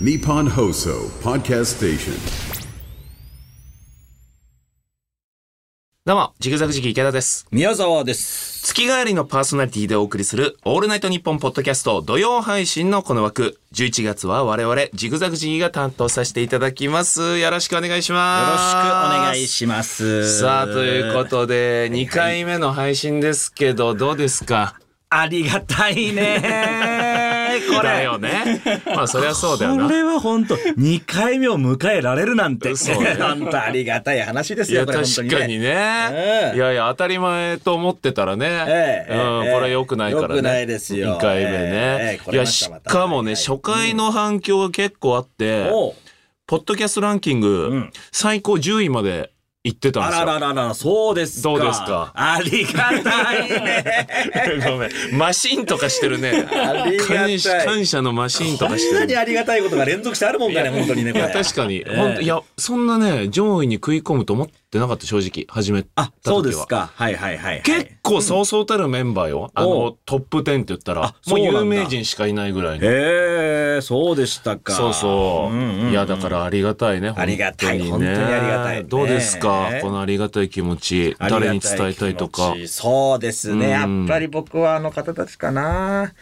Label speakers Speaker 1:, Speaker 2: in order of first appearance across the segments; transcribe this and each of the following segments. Speaker 1: Nippon Hoso Podcast Station.
Speaker 2: どうも、ジグザグジギー池田です。
Speaker 3: 宮沢です。
Speaker 2: 月替わりのパーソナリティでお送りする、オールナイトニッポンポッドキャスト土曜配信のこの枠、11月は我々、ジグザグジギーが担当させていただきます。よろしくお願いし
Speaker 3: よろしくお
Speaker 2: ます。
Speaker 3: 願いします。
Speaker 2: さあ、ということで、2回目の配信ですけど、どうですか
Speaker 3: ありがたい ね。こ
Speaker 2: だ
Speaker 3: れ。
Speaker 2: よね。まあ、そりゃそうだよ
Speaker 3: こ
Speaker 2: な。
Speaker 3: れは本当2回目を迎えられるなんて。
Speaker 2: そうね
Speaker 3: 本当ありがたい話です
Speaker 2: いや
Speaker 3: よ、これ本当
Speaker 2: 確
Speaker 3: に
Speaker 2: かに
Speaker 3: ね。
Speaker 2: ね、
Speaker 3: ええ
Speaker 2: いやいや当たり前と思ってたらね、
Speaker 3: ええ
Speaker 2: うん
Speaker 3: ええ
Speaker 2: これは良くないからね
Speaker 3: 良くないですよ
Speaker 2: 2回目ね、
Speaker 3: ええええこ
Speaker 2: い
Speaker 3: れ
Speaker 2: や
Speaker 3: また
Speaker 2: し
Speaker 3: また
Speaker 2: かもね、
Speaker 3: はいはい
Speaker 2: 初回の反響が結構あって、
Speaker 3: おう
Speaker 2: ポッドキャストランキング、
Speaker 3: うん
Speaker 2: 最高10位まで行ってたん
Speaker 3: あ
Speaker 2: ですよ
Speaker 3: らららら、そうですか。
Speaker 2: どうですか
Speaker 3: ありがたいね。
Speaker 2: ごめんマシンとかしてるね
Speaker 3: ありがたい
Speaker 2: 感謝感謝のマシンとかし
Speaker 3: こん
Speaker 2: て
Speaker 3: な
Speaker 2: る
Speaker 3: にありがたいことが連続してあるもんかね、本当にね、こ
Speaker 2: い
Speaker 3: れ。
Speaker 2: や確かに、
Speaker 3: ええ
Speaker 2: ほんといやそんなね上位に食い込むと思ってなかった正直初めた時は
Speaker 3: あ、そうですか。はいはいはいはい。
Speaker 2: 結構そうそうたるメンバーよ、あ
Speaker 3: お
Speaker 2: のトップ10って言ったら
Speaker 3: あ
Speaker 2: もう
Speaker 3: そうなんだ
Speaker 2: 有名人しかいないぐらいの
Speaker 3: ええ、そうでしたか。
Speaker 2: そうそう,、
Speaker 3: んんん
Speaker 2: いやだからありがたいね
Speaker 3: ありがたい
Speaker 2: ね
Speaker 3: 本当にありがたいね
Speaker 2: どうですか、
Speaker 3: ね
Speaker 2: このありがたい気持ち
Speaker 3: ありが
Speaker 2: 誰に伝えたいとか
Speaker 3: 気持ちそうですね。や
Speaker 2: うん
Speaker 3: っぱり僕はあの方たちかな。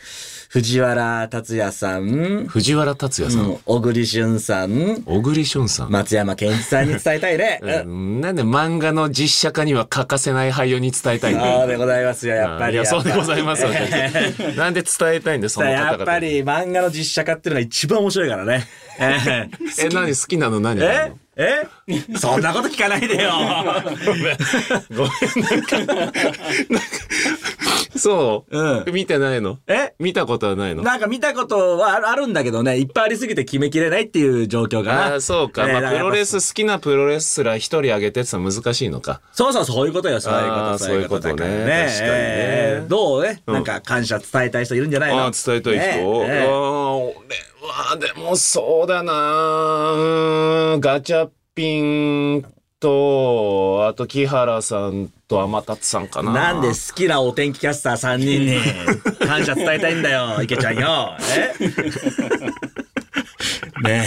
Speaker 3: 藤原達也さん、
Speaker 2: 藤原竜也さん、
Speaker 3: うん小栗旬さん、
Speaker 2: 小栗旬さん、
Speaker 3: 松山ケンイチさんに伝えたいね。うん
Speaker 2: うんなんで漫画の実写化には欠かせない俳優に伝えたいんだよ
Speaker 3: そうでございますよ、やっぱ
Speaker 2: い
Speaker 3: り。
Speaker 2: やそうでございます よなんで伝えたいんだよその方々
Speaker 3: やっ
Speaker 2: に
Speaker 3: ぱり漫画の実写化っていうのが一番面白いから ね。え
Speaker 2: え何好きなの何な
Speaker 3: え
Speaker 2: の
Speaker 3: えそんなこと聞かないで よ。
Speaker 2: そう、
Speaker 3: うん
Speaker 2: 見てないの
Speaker 3: え
Speaker 2: 見たことはないの
Speaker 3: なんか見たことはあるあるんだけどね、いっぱいありすぎて決めきれないっていう状況か
Speaker 2: あ
Speaker 3: な。
Speaker 2: あそうか、
Speaker 3: ね
Speaker 2: まあ、プロレス好きなプロレスラー一人挙げてってのは難しいのか
Speaker 3: そうそう、そういうことよ、そういうこ
Speaker 2: あー
Speaker 3: と。だから
Speaker 2: そういうことね確かにね
Speaker 3: えーどうね、なんか感謝伝えたい人いるんじゃないの
Speaker 2: ああ伝えたい人、
Speaker 3: ねえ
Speaker 2: ああ俺はでもそうだなうんガチャピンとあと木原さんと天達さんかな
Speaker 3: なんで好きなお天気キャスター3 人に感謝伝えたいんだよ、池ちゃんよ。え ね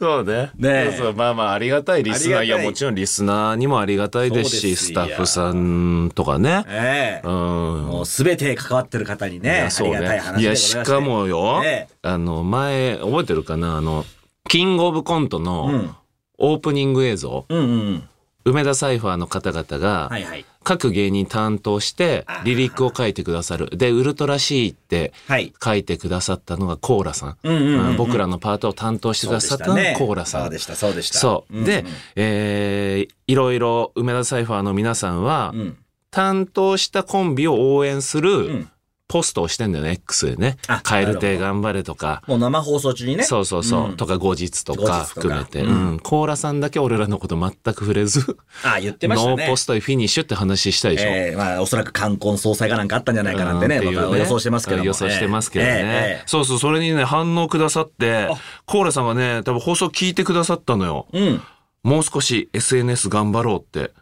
Speaker 2: そうね
Speaker 3: ねえ
Speaker 2: そうそうまあまあありがたいリスナー
Speaker 3: あ
Speaker 2: い
Speaker 3: り
Speaker 2: や
Speaker 3: がたい
Speaker 2: もちろんリスナーにもありがたいですしス
Speaker 3: そう
Speaker 2: タ
Speaker 3: ですよ
Speaker 2: ッフさんとかね
Speaker 3: え。え
Speaker 2: う
Speaker 3: え
Speaker 2: ん
Speaker 3: もうすべて関わってる方に
Speaker 2: い
Speaker 3: ね
Speaker 2: や、
Speaker 3: あ
Speaker 2: そう
Speaker 3: り
Speaker 2: ね
Speaker 3: がたい話
Speaker 2: い
Speaker 3: でございま
Speaker 2: や
Speaker 3: す
Speaker 2: しかもよ、
Speaker 3: ええ
Speaker 2: あの前覚えてるかなあのキングオブコント
Speaker 3: う
Speaker 2: の
Speaker 3: ん
Speaker 2: オープニング映像、
Speaker 3: うんうん。
Speaker 2: 梅田サイファーの方々が
Speaker 3: はいはい。
Speaker 2: 各芸人担当してリリックを書いてくださるで「ウルトラ C」って
Speaker 3: はい。
Speaker 2: 書いてくださったのがコーラさん、
Speaker 3: うんうんうんうん
Speaker 2: 僕らのパートを担当してくださったのがコーラさん
Speaker 3: そうでした、そうでした。
Speaker 2: そう。
Speaker 3: んん
Speaker 2: で、えーいろいろ梅田サイファーの皆さんは、
Speaker 3: うん。
Speaker 2: 担当したコンビを応援する
Speaker 3: ん
Speaker 2: ポストをしてんだよね、X でね
Speaker 3: あ。
Speaker 2: カエル亭頑張れとか。
Speaker 3: もう生放送中にね。
Speaker 2: そうそうそう、
Speaker 3: うん
Speaker 2: とか後日と
Speaker 3: 後
Speaker 2: か
Speaker 3: 日とか
Speaker 2: 含めて、う
Speaker 3: うんん
Speaker 2: コーラさんだけ俺らのこと全く触れず、
Speaker 3: あ、言ってましたね。
Speaker 2: ノーポストでフィニッシュって話したでしょ、
Speaker 3: えーまあ、おそらく冠婚葬祭がなんかあったんじゃないかなんてね、
Speaker 2: うん
Speaker 3: 僕は予想してますけども、
Speaker 2: 予想してますけどね、
Speaker 3: えええ
Speaker 2: そうそうそれにね反応くださってコーラさんがね多分放送聞いてくださったのよ
Speaker 3: えうん。
Speaker 2: もう少し SNS 頑張ろうって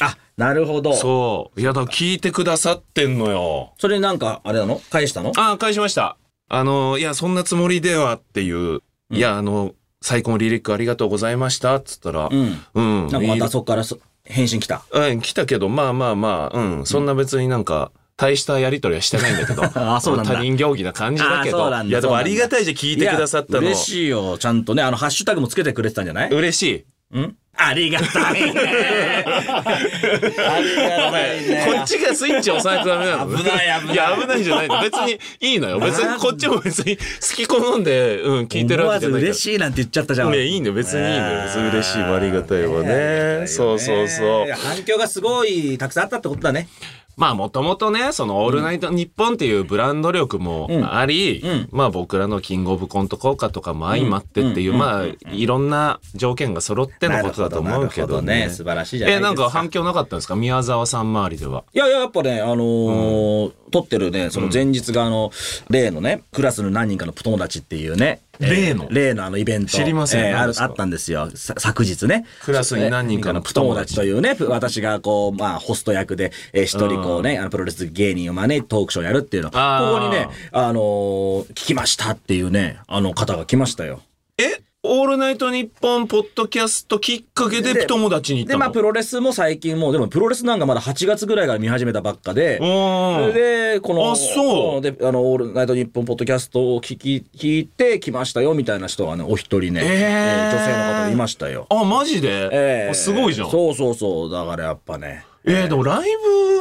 Speaker 3: あ、なるほど。そ
Speaker 2: そう。いや、だから聞いてくださってんのよ。
Speaker 3: れなんか、あれなの返したの
Speaker 2: ああ、返しました。あの、いや、そんなつもりではっていう。いや、あの、最高のリリックありがとうございました。っつったら、
Speaker 3: うん。
Speaker 2: うん。
Speaker 3: なんかま
Speaker 2: いい
Speaker 3: たそこからそ返信来た。
Speaker 2: うん、来たけど、まあまあまあ、うん。そんな別になんか、大したやりとりはしてないんだけど。
Speaker 3: あそうなんだ
Speaker 2: 他人行儀な感じだけ
Speaker 3: あそ
Speaker 2: ど
Speaker 3: うな。んだ
Speaker 2: いや、で
Speaker 3: そう
Speaker 2: も
Speaker 3: な
Speaker 2: あ
Speaker 3: んだ
Speaker 2: りがたいじゃん聞いてくださったの。
Speaker 3: いや嬉しいよ。ちゃんとね、あの、ハッシュタグもつけてくれてたんじゃない
Speaker 2: 嬉しい。
Speaker 3: うんありがたいね。 ありがたいね。
Speaker 2: こっちがスイッチ押さないとダメなの。
Speaker 3: 危ない危ない
Speaker 2: いや、危ないじゃないの。別にいいのよ。別にこっちも別に好き好んで、うん、聞いてる
Speaker 3: 思
Speaker 2: わけじゃ
Speaker 3: わず
Speaker 2: ないから
Speaker 3: 嬉。しいなんて言っちゃったじゃん。
Speaker 2: ねいいね別にいいね別に嬉しいわありがたいわねそうそうそう
Speaker 3: いや反響がすごいたくさんあったってことだね。
Speaker 2: まあもともとねその「オールナイトニッポン」っていうブランド力もあり、
Speaker 3: ん
Speaker 2: まあ僕らの「キングオブコント」効果とかも相まってっていう、まあいろんな条件が揃ってのことだと思うけど
Speaker 3: なるほ
Speaker 2: ね
Speaker 3: ね素晴らしいじゃない
Speaker 2: え
Speaker 3: ですか。
Speaker 2: なんか反響なかったんですか宮沢さん周りではい
Speaker 3: やいや、やっぱね、あのー撮ってるね、その前日があの、例のね、クラスの何人かの友達っていうね、
Speaker 2: 例の。
Speaker 3: 例のあのイベント。
Speaker 2: 知りません
Speaker 3: えー
Speaker 2: 何
Speaker 3: ある
Speaker 2: ですか
Speaker 3: あったんですよ。さ昨日ね。
Speaker 2: クラスに何人かのプト
Speaker 3: 友
Speaker 2: 友
Speaker 3: 達
Speaker 2: 達
Speaker 3: というね、プ私がこう、まあ、ホスト役で、えー一人こうね、あのプロレス芸人を招いてトークショーやるっていうの。こ
Speaker 2: あー
Speaker 3: こにね、あのー聞きましたっていうね、あの方が来ましたよ。
Speaker 2: えオールナイトニッポンポッドキャストきっかけでプ友達に行っ
Speaker 3: で、
Speaker 2: た
Speaker 3: まあ、
Speaker 2: の
Speaker 3: プロレスも最近もう、でもプロレスなんかまだ8月ぐらいから見始めたばっかで、
Speaker 2: うん
Speaker 3: で、この、
Speaker 2: あそうん
Speaker 3: で、あの、オールナイトニッポンポッドキャストを聞き、聞いて来ましたよ、みたいな人がね、お一人ね、
Speaker 2: えー
Speaker 3: ー女性の方がいましたよ。
Speaker 2: あ、マジで、
Speaker 3: えー
Speaker 2: あすごいじゃん。
Speaker 3: そうそうそう。だからやっぱね。
Speaker 2: えー、でもライ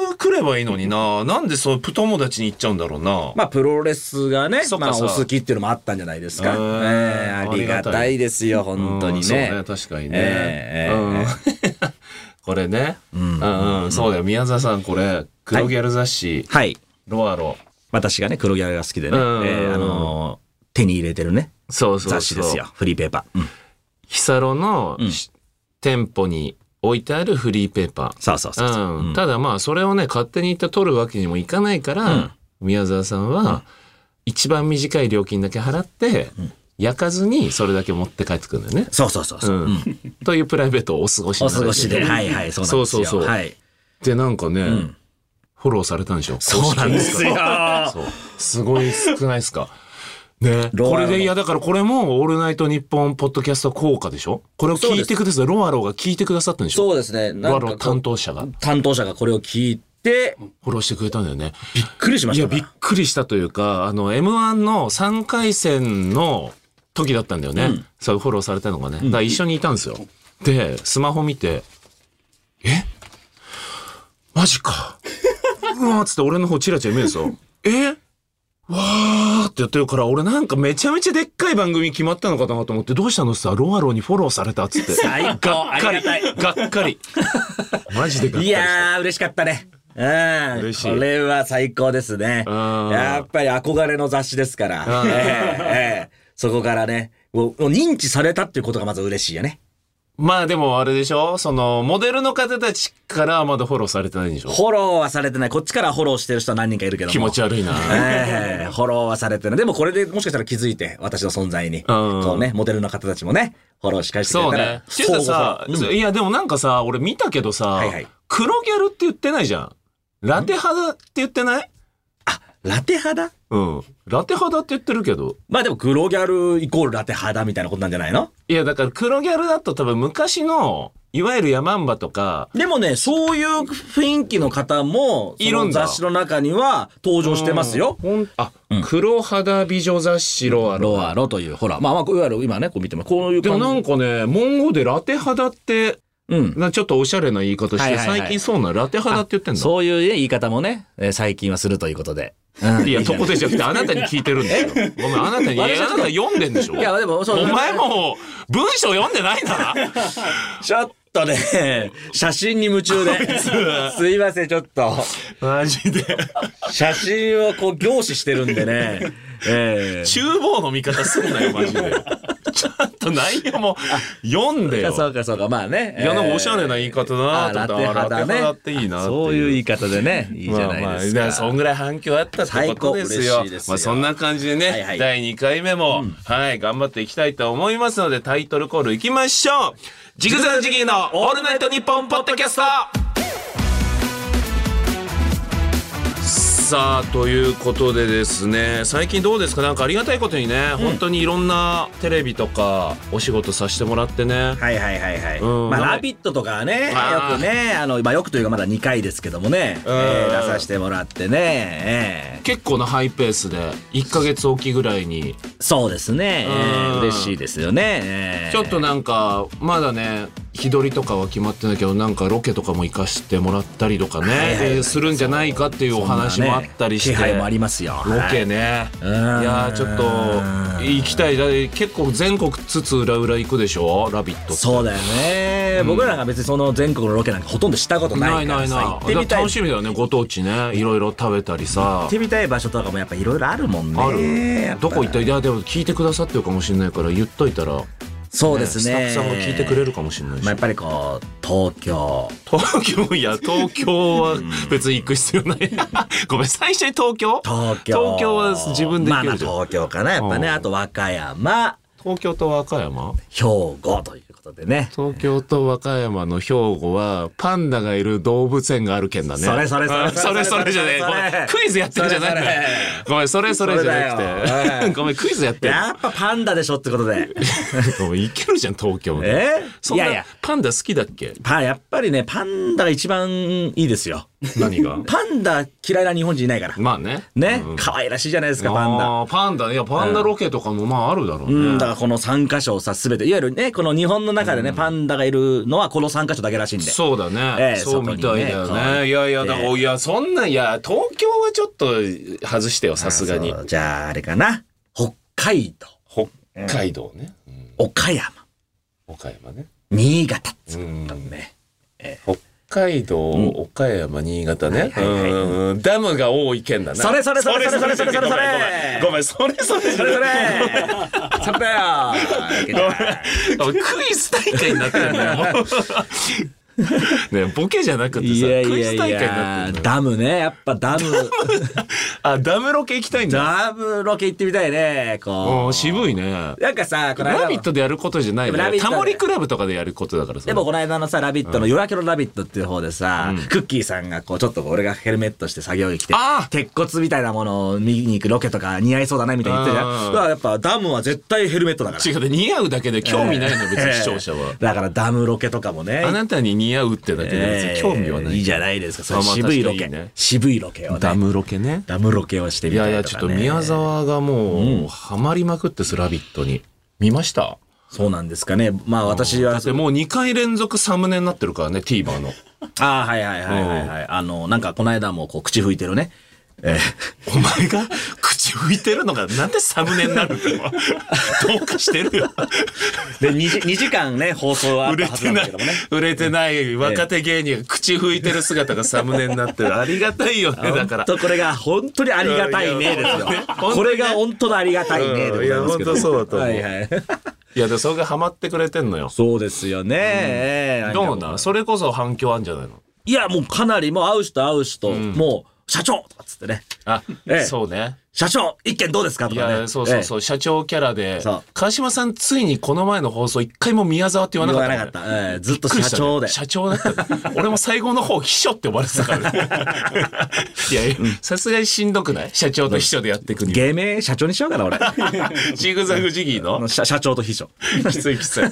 Speaker 2: ブ来ればいいのにな。なんでそう、プ友達に行っちゃうんだろうな。
Speaker 3: まあ、プロレスがね、
Speaker 2: そっ
Speaker 3: ま
Speaker 2: か
Speaker 3: あ、
Speaker 2: そ
Speaker 3: お
Speaker 2: う
Speaker 3: 好きっていうのもあったんじゃないですか。
Speaker 2: う
Speaker 3: え
Speaker 2: ん
Speaker 3: ーありがたいですよ、本当
Speaker 2: うん
Speaker 3: にね。
Speaker 2: そうね、確かにね。
Speaker 3: えーえー
Speaker 2: うん これね。うん、うん、そうだよ。宮沢さん、これ、黒ギャル雑誌、
Speaker 3: はい。
Speaker 2: ロアロ。
Speaker 3: 私がね、黒ギャルが好きでね、え
Speaker 2: うん
Speaker 3: ーあのー手に入れてるね、
Speaker 2: そうそうそう。
Speaker 3: 雑誌ですよ。。フリーペーパー。うん
Speaker 2: ヒサロの、
Speaker 3: うん
Speaker 2: し店舗に置いてあるフリーペーパー。
Speaker 3: そうそうそうそう。
Speaker 2: うん
Speaker 3: うん
Speaker 2: ただまあそれをね勝手に言って取るわけにもいかないから、
Speaker 3: うん
Speaker 2: 宮沢さんは一番短い料金だけ払って、焼かずにそれだけ持って帰ってくるんだよね。
Speaker 3: そうそうそうそう。
Speaker 2: うんというプライベートをお過ごし
Speaker 3: お
Speaker 2: になら
Speaker 3: 過
Speaker 2: れ
Speaker 3: ご
Speaker 2: て
Speaker 3: し
Speaker 2: る
Speaker 3: で。はいはい、そうなんですよ。
Speaker 2: そうそうそう
Speaker 3: はい。
Speaker 2: でなんかね、
Speaker 3: ん
Speaker 2: フォローされたんでしょ
Speaker 3: そうなんですよ。
Speaker 2: そうすごい少ないですか。ね、
Speaker 3: ロアロ
Speaker 2: これでいやだからこれも「オールナイトニッポン」ポッドキャスト効果でしょこれを聞いてくださいロアロが聞いてくださったんでしょ
Speaker 3: そうですね。
Speaker 2: ロ
Speaker 3: な
Speaker 2: ア
Speaker 3: んか
Speaker 2: ロ
Speaker 3: こう
Speaker 2: 担当者が
Speaker 3: 担当者がこれを聞いて、びっ
Speaker 2: フォローしてくれたんだよね。
Speaker 3: くりしま
Speaker 2: い
Speaker 3: し
Speaker 2: や、
Speaker 3: たか
Speaker 2: びっくりしたというか、あの、M1 の3回戦の時だったんだよね。そう、フォローされたのがね。だから一緒にいたんですよ。で、スマホ見て、えマジか。 うわーっつって俺の方チラチラ見るんですよ。えわーってやってるから、俺なんかめちゃめちゃでっかい番組決まったのかなと思って、どうしたのってさ、ロアローにフォローされたっつって。
Speaker 3: 最高
Speaker 2: がっか
Speaker 3: ありがたい
Speaker 2: り。がっか り。マジでがっかり
Speaker 3: い
Speaker 2: した。
Speaker 3: やー、嬉しかったね。うん、
Speaker 2: 嬉しい
Speaker 3: これは最高ですね。
Speaker 2: うん
Speaker 3: やっぱり憧れの雑誌ですから、
Speaker 2: うん
Speaker 3: ええええそこからね、もうもう認知されたっていうことがまず嬉しいよね。
Speaker 2: まあでもあれでしょそのモデルの方たちからはまだフォローされてないんでしょ
Speaker 3: フォローはされてない。こっちからフォローしてる人は何人かいるけども。
Speaker 2: 気持ち悪いな。
Speaker 3: ええフォローはされてない。でもこれでもしかしたら気づいて、私の存在に。こうね、モデルの方たちもね、フォローし返して
Speaker 2: そ
Speaker 3: くれ
Speaker 2: う
Speaker 3: た
Speaker 2: ね
Speaker 3: ら。。
Speaker 2: ちゅうたさ、
Speaker 3: 相互フォロー
Speaker 2: いやでもなんかさ、俺見たけどさ、
Speaker 3: はいはい
Speaker 2: 黒ギャルって言ってないじゃん。ラテ肌って言ってない
Speaker 3: うんラテ派だ
Speaker 2: うん。ラテ肌って言ってるけど。
Speaker 3: まあでも黒ギャルイコールラテ派だみたいなことなんじゃないの
Speaker 2: いやだから黒ギャルだと多分昔の、いわゆるヤマンバとか、
Speaker 3: でもね、そういう雰囲気の方も、
Speaker 2: いるんだ
Speaker 3: その雑誌の中には登場してますよ。
Speaker 2: ほんあ、黒肌美女雑誌ロアロ。
Speaker 3: ロアロという、ほら、まあまあ、いわゆる今ね、こう見ても、こういう
Speaker 2: でも
Speaker 3: 感じ。
Speaker 2: なんかね、文語でラテ肌って、
Speaker 3: うん。
Speaker 2: なちょっとおしゃれな言い方して、
Speaker 3: はいはいはい
Speaker 2: 最近そうなのラテ肌って言ってんの
Speaker 3: そういうね、言い方もね、えー最近はする ということで。
Speaker 2: いや、そこでじゃなくて、あなたに聞いてるんだよ。ごめん、あなた に、いやあ
Speaker 3: 私は
Speaker 2: なた読んでんでしょ
Speaker 3: いや、でも、そう。
Speaker 2: お前。も、文章読んでないんだな。
Speaker 3: ちょっとね、 写真に夢中で。 すいません、ちょっと。
Speaker 2: マジで。
Speaker 3: 写真をこう、凝視してるんでね。ええ
Speaker 2: 厨房の見方すんなよ、マジで。ちゃんと内容も読んでよ。
Speaker 3: そうかそうか、まあね。
Speaker 2: いや、なんかおしゃれな言い方だな
Speaker 3: あ
Speaker 2: と
Speaker 3: ラ
Speaker 2: 思
Speaker 3: テ
Speaker 2: った。あ
Speaker 3: 派だね
Speaker 2: ラテ派っていいなっていう。
Speaker 3: そういう言い方でね、いいじゃないですか。
Speaker 2: まあまあ、だらそんぐらい反響あったってことです
Speaker 3: 最高
Speaker 2: よ。
Speaker 3: 嬉しいですよ
Speaker 2: まあそんな感じでね、
Speaker 3: はいはい
Speaker 2: 第2回目も、はい、頑張っていきたいと思いますので、タイトルコールいきましょうジグザグジギーのオールナイトニッポンポッドキャストさあということでですね最近どうですかなんかありがたいことにね、本当にいろんなテレビとかお仕事させてもらってね、
Speaker 3: はいはいはいはい。
Speaker 2: うん
Speaker 3: まあ、
Speaker 2: なんか
Speaker 3: ラビットとかはね、
Speaker 2: あー
Speaker 3: よくね、あの、まあ、よくというかまだ2回ですけどもね、え
Speaker 2: ん
Speaker 3: ー出させてもらってね、え
Speaker 2: 結構なハイペースで1ヶ月おきぐらいに
Speaker 3: ーそうですね、え
Speaker 2: う
Speaker 3: ー
Speaker 2: ん
Speaker 3: 嬉しいですよね。えー
Speaker 2: ちょっとなんかまだね日取りとかは決まってないけどなんかロケとかも行かしてもらったりとかね、
Speaker 3: はいはいはい
Speaker 2: えーするんじゃないかっていうお話もあったりして、
Speaker 3: そんなね気配もありますよ。
Speaker 2: ロケね、
Speaker 3: はい
Speaker 2: い、やーちょっと行きたいだって結構全国つつ裏裏行くでしょ「ラビット!」
Speaker 3: そうだよね、僕らなんか別にその全国のロケなんかほとんどしたこと
Speaker 2: な
Speaker 3: ないいから
Speaker 2: ない
Speaker 3: さ
Speaker 2: ない
Speaker 3: 行ってみ
Speaker 2: だか
Speaker 3: た
Speaker 2: ら
Speaker 3: い
Speaker 2: 楽しみだよねご当地ねいろいろ食べたりさ
Speaker 3: 行ってみたい場所とかもやっぱいろいろあるもんね
Speaker 2: ある
Speaker 3: やっぱ
Speaker 2: どこ行ったいやでも聞いてくださってるかもしれないから言っといたら
Speaker 3: そうですね
Speaker 2: スタッフさんが聞いてくれるかもしれないし
Speaker 3: まあ、やっぱりこう東京
Speaker 2: 東京い や東京は別に行く必要ない ごめん最初に東京
Speaker 3: 東京
Speaker 2: は自分で行
Speaker 3: まあ
Speaker 2: け
Speaker 3: まあ
Speaker 2: るじゃん、
Speaker 3: 東京かなやっぱね、
Speaker 2: うん
Speaker 3: あと和歌山
Speaker 2: 東京と和歌山
Speaker 3: 兵庫ということでね
Speaker 2: 東京と和歌山の兵庫はパンダがいる動物園がある県だね
Speaker 3: それそれそれ
Speaker 2: あそれそれじゃねえ
Speaker 3: そ
Speaker 2: ご
Speaker 3: れそれ
Speaker 2: めんクイズやってるじゃない
Speaker 3: それそれ
Speaker 2: ごめんそれそれじゃな
Speaker 3: それだ
Speaker 2: く
Speaker 3: よ
Speaker 2: てごめんクイズやってる
Speaker 3: やっぱパンダでしょってこと で
Speaker 2: ごめんいけるじゃん東京に
Speaker 3: え
Speaker 2: そ
Speaker 3: い
Speaker 2: んな
Speaker 3: やいや
Speaker 2: パンダ好きだっけ
Speaker 3: パやっぱりねパンダが一番いいで すよ
Speaker 2: 何 が
Speaker 3: パンダ嫌いな日本人いないから
Speaker 2: まあね
Speaker 3: ね
Speaker 2: うん
Speaker 3: 可愛らしいじゃないですかパンダ
Speaker 2: あーパンダねいやパンダロケとかもまああるだろうね、
Speaker 3: うん、だからこの3箇所をさ、すべて、いわゆるね、この日本の中でね、パンダがいるのはこの3箇所だけらしいんで。
Speaker 2: そうだね、
Speaker 3: ええ
Speaker 2: そうみたいだよ
Speaker 3: 外にね
Speaker 2: ねいやいやだからいやそんないや東京はちょっと外してよさすがに
Speaker 3: そうじゃあ、あれかな。北海道、
Speaker 2: 北海道ね、うん
Speaker 3: 岡山、
Speaker 2: 岡山ね
Speaker 3: 新潟。
Speaker 2: うん
Speaker 3: ね。
Speaker 2: 北海道、岡山、新潟ね、
Speaker 3: はいはいはい
Speaker 2: うんうんうんダムが多い県だな。
Speaker 3: それそれそれそれそれそれそれ
Speaker 2: ごめんごめんごめんそれそれそ
Speaker 3: それ
Speaker 2: れ
Speaker 3: それそれだ よ
Speaker 2: ごめんクイズ大会になってるんだよ。もうねボケじゃなくてさ
Speaker 3: いやい
Speaker 2: クイ
Speaker 3: や
Speaker 2: ズ
Speaker 3: い
Speaker 2: 大会になっ
Speaker 3: や
Speaker 2: てるんだよ。
Speaker 3: ダムねやっぱダム
Speaker 2: あダムロケ行きたいんだ。
Speaker 3: ダムロケ行ってみたいね
Speaker 2: お
Speaker 3: こ
Speaker 2: ー渋いね
Speaker 3: う。なんかさこの
Speaker 2: ラ
Speaker 3: 間
Speaker 2: ビットでやることじゃない
Speaker 3: でもラ
Speaker 2: ね。
Speaker 3: ビット
Speaker 2: タ
Speaker 3: だね
Speaker 2: モリクラブとかでやることだからさ。
Speaker 3: でもこの間のさ「ラビット!」の「夜明けのラビット!」っていう方でさ、クッキーさんがこうちょっとこう俺がヘルメットして作業着着て
Speaker 2: あー
Speaker 3: 鉄骨みたいなものを見に行くロケとか似合いそうだなみたいに言ってたじ
Speaker 2: う
Speaker 3: ゃ
Speaker 2: ん
Speaker 3: んだからやっぱダムは絶対ヘルメットだから
Speaker 2: 違うで似合うだけで興味ないの別に視聴者は。
Speaker 3: だからダムロケとかもね
Speaker 2: あなたに似合うってだけで別
Speaker 3: え
Speaker 2: に
Speaker 3: ー
Speaker 2: 興味はない。
Speaker 3: いいじゃないですかそ
Speaker 2: ま
Speaker 3: れ
Speaker 2: あまあ
Speaker 3: 渋いロケ
Speaker 2: 確かにいいね
Speaker 3: 渋いロケをね
Speaker 2: ダムロケね。
Speaker 3: ダムロケをして
Speaker 2: い
Speaker 3: みた
Speaker 2: や
Speaker 3: い
Speaker 2: い
Speaker 3: とか、
Speaker 2: や、
Speaker 3: ね、
Speaker 2: ちょっと宮沢がもう、ハマりまくってす、ラビットに。見ました
Speaker 3: そうなんですかねまあ私
Speaker 2: だ
Speaker 3: は
Speaker 2: ってもう2回連続サムネになってるからね、TVer の。
Speaker 3: ああはいはいはいはいはいあのなんかこの間もこう口拭いてるねえー
Speaker 2: お前が口拭いてるのが、なんでサムネになるんだよ。 どうかしてるよ。
Speaker 3: で 2, 時2時間ね放送はあ
Speaker 2: 売
Speaker 3: った
Speaker 2: れ
Speaker 3: はず
Speaker 2: て
Speaker 3: なん
Speaker 2: な
Speaker 3: だ
Speaker 2: い
Speaker 3: けどもね、
Speaker 2: 売れてない若手芸人が口拭いてる姿がサムネになってる。 ありがたいよね、だから。
Speaker 3: とこれが本当にありがたいねですよ
Speaker 2: いやいや本当ね
Speaker 3: これが本当のありがたいねでございますけど
Speaker 2: うんいや本当そうだと思う
Speaker 3: はいはい、
Speaker 2: いや、でもそれがハマってくれてんのよ。
Speaker 3: そうですよね、ええ
Speaker 2: どうなんそれこそ反響あんじゃないの
Speaker 3: いやもうかなりもう会う人会う人、もう社長とかっつってね
Speaker 2: あ
Speaker 3: ええ、
Speaker 2: そうね。
Speaker 3: 社長一件どうですかと
Speaker 2: い
Speaker 3: かね、
Speaker 2: や、そうそうそうう、社長キャラで
Speaker 3: そう、
Speaker 2: 川島さんついにこの前の放送一回も宮沢って言わ
Speaker 3: 言
Speaker 2: なか
Speaker 3: わ
Speaker 2: った
Speaker 3: な
Speaker 2: も
Speaker 3: か
Speaker 2: んね。
Speaker 3: った、ええずっと
Speaker 2: びっくり
Speaker 3: 社
Speaker 2: したね
Speaker 3: 長で、
Speaker 2: 社長だった。 俺も最後の方、秘書って呼ばれてた からね。いやいや、さすがにしんどくない社長と秘書でやっていくには。
Speaker 3: 芸名社長にしよう かな俺
Speaker 2: ジグザグジギーの
Speaker 3: 社社長と秘書
Speaker 2: きついきつい。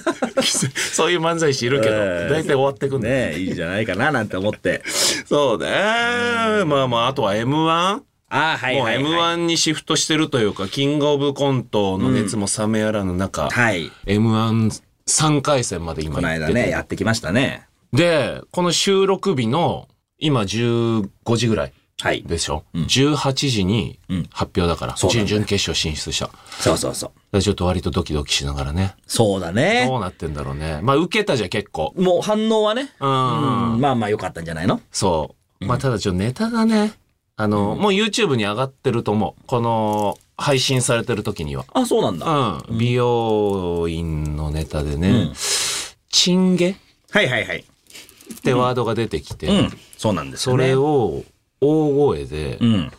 Speaker 2: きついそういう漫才師いるけど、
Speaker 3: ええ
Speaker 2: 大体終わってくんだよ
Speaker 3: ねえいいんじゃないかななんて思って
Speaker 2: そうね。まあまあ、あとは M1?
Speaker 3: ああはい
Speaker 2: もう
Speaker 3: はい、はい、
Speaker 2: M1 にシフトしてるというか、キングオブコントの熱も冷めやらぬ中、
Speaker 3: はい
Speaker 2: M13 回戦まで今
Speaker 3: この
Speaker 2: 行っ
Speaker 3: 間
Speaker 2: てて
Speaker 3: ねやってきましたね
Speaker 2: で、この収録日の今15時ぐらい
Speaker 3: はい
Speaker 2: でしょ、?18 時に
Speaker 3: ん
Speaker 2: 発表だから、
Speaker 3: そうだ
Speaker 2: 準
Speaker 3: ね
Speaker 2: 々決勝進出した。だか
Speaker 3: そうそうそう
Speaker 2: らちょっと割とドキドキしながらね。
Speaker 3: そうだね
Speaker 2: どうなってんだろうね。まあ受けたじゃん結構。
Speaker 3: もう反応はね、
Speaker 2: うん。
Speaker 3: まあまあ良かったんじゃないの
Speaker 2: そう。まあただちょっとネタがね、あの、もう YouTube に上がってると思う。この配信されてる時には。
Speaker 3: あ、そうなんだ。はい
Speaker 2: うん。美容院のネタでね、チンゲ
Speaker 3: はいはい。
Speaker 2: ってワードが出てきて、
Speaker 3: うん。そうなんです
Speaker 2: そ
Speaker 3: よね。
Speaker 2: れを大声で
Speaker 3: うん。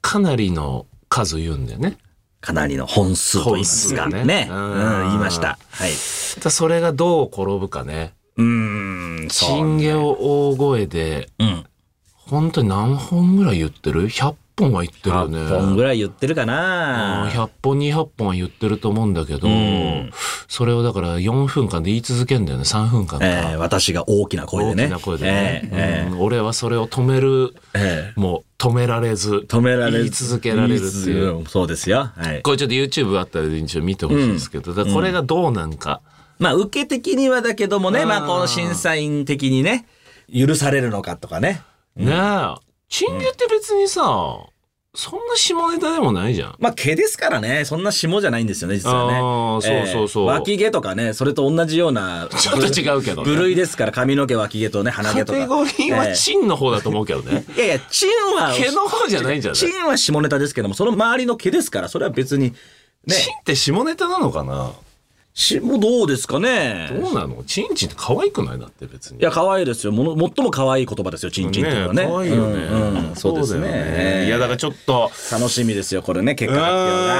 Speaker 2: かなりの数言うんだよね。
Speaker 3: かなりの本数と言いますが
Speaker 2: 本数が
Speaker 3: ね。
Speaker 2: ね
Speaker 3: う
Speaker 2: うん
Speaker 3: ん、言いました。はい。
Speaker 2: だからそれがどう転ぶかね。
Speaker 3: うーん、
Speaker 2: チ
Speaker 3: そう。
Speaker 2: ンゲを大声で、
Speaker 3: うん。
Speaker 2: 本当に何本ぐらい言ってる ?100 本は言ってるよね。
Speaker 3: 100本ぐらい言ってるか
Speaker 2: うん
Speaker 3: な
Speaker 2: 100本200本は言ってると思うんだけど、
Speaker 3: ん
Speaker 2: それをだから4分間で言い続けんだよね3分間か、
Speaker 3: えー私が大きな声で
Speaker 2: 大
Speaker 3: ね。
Speaker 2: きな声でね、
Speaker 3: えーえ
Speaker 2: うん俺はそれを止める、
Speaker 3: え
Speaker 2: もう止められず
Speaker 3: ー止められ
Speaker 2: 言い続けられるってい
Speaker 3: 言
Speaker 2: う
Speaker 3: 続けそうですよ。はい。
Speaker 2: これちょっと YouTube あったら一応見てほしいんですけど、だからこれがどうなんか、
Speaker 3: まあ、受け的にはだけどもね、
Speaker 2: うん
Speaker 3: まあ、この審査員的にね、許されるのかとかね。
Speaker 2: ねえチンゲって別にさ、そんな下ネタでもないじゃん
Speaker 3: まあ、毛ですからね、そんな霜じゃないんですよね、実はね。
Speaker 2: あーそうそうそう
Speaker 3: えー脇毛とかね、それと同じような。
Speaker 2: ちょっと違うけどね
Speaker 3: 部類ですから、髪の毛、脇毛とね、鼻毛
Speaker 2: カ
Speaker 3: とか。
Speaker 2: テゴリーはチンの方だと思うけどね、
Speaker 3: えーいやいや、チンは、
Speaker 2: 毛の方じゃないんじゃない
Speaker 3: チンは下ネタですけども、その周りの毛ですから、それは別に、ね、
Speaker 2: チンって下ネタなのかな
Speaker 3: しもうどうですかね
Speaker 2: どうなのチンチンって可愛くないだって別に。
Speaker 3: いや、可愛いですよ。もの、最も可愛い言葉ですよ、チンチンっていうのはね。
Speaker 2: 可愛いよね、
Speaker 3: うんうんそうです
Speaker 2: だよ
Speaker 3: ね。
Speaker 2: いやだからちょっと。
Speaker 3: 楽しみですよ、これね、結
Speaker 2: うん。
Speaker 3: 果発表が。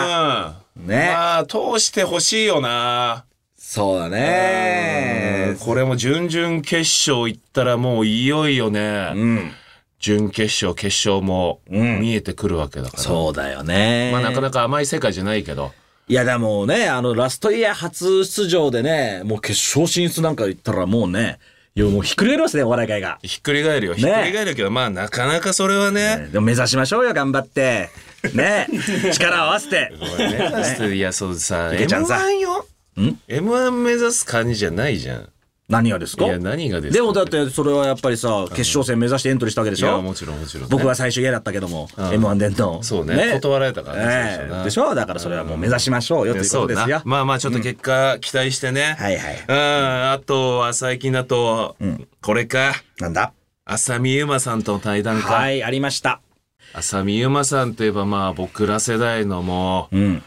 Speaker 2: ま
Speaker 3: ね
Speaker 2: あ通してほしいよな。
Speaker 3: そうだ
Speaker 2: うん
Speaker 3: ね。
Speaker 2: これも準々決勝行ったらもういよいよ
Speaker 3: う
Speaker 2: ね、
Speaker 3: ん。
Speaker 2: 準決勝、決勝も
Speaker 3: うん
Speaker 2: 見えてくるわけだから。
Speaker 3: そうだよね。
Speaker 2: まあなかなか甘い世界じゃないけど。
Speaker 3: いや、でもね、あの、ラストイヤー初出場でね、もう決勝進出なんか言ったらもうね、いや、もうひっくり返りますね、お笑い界が。
Speaker 2: ひっくり返るよ。ひっくり返るけど、まあなかなかそれはね。
Speaker 3: でも目指しましょうよ、頑張って。 ね力を合わせて。
Speaker 2: いや、そうさ、
Speaker 3: 池ちゃんさ
Speaker 2: M1 よ。M1 目指す感じじゃないじゃん。
Speaker 3: 何がです
Speaker 2: い
Speaker 3: か
Speaker 2: や、何がですか
Speaker 3: でもだってそれはやっぱりさ、決勝戦目指してエントリーしたわけで
Speaker 2: い
Speaker 3: し
Speaker 2: や、
Speaker 3: ょ
Speaker 2: もちろんもちろんね。
Speaker 3: 僕は最初嫌だったけども、M1 での。
Speaker 2: そうね断られたからね
Speaker 3: ね
Speaker 2: 最初な
Speaker 3: でしょだからそれはもう目指しましょうよというこ
Speaker 2: そ
Speaker 3: と
Speaker 2: う
Speaker 3: で
Speaker 2: だ
Speaker 3: すよ。
Speaker 2: まあまあちょっと結果期待してね、
Speaker 3: はいはい
Speaker 2: うんあとは最近だと、これか
Speaker 3: なんだ
Speaker 2: 浅見ゆまさんとの対談か、
Speaker 3: はい、ありました。
Speaker 2: 浅見ゆまさんといえばまあ僕ら世代のもう、
Speaker 3: うん。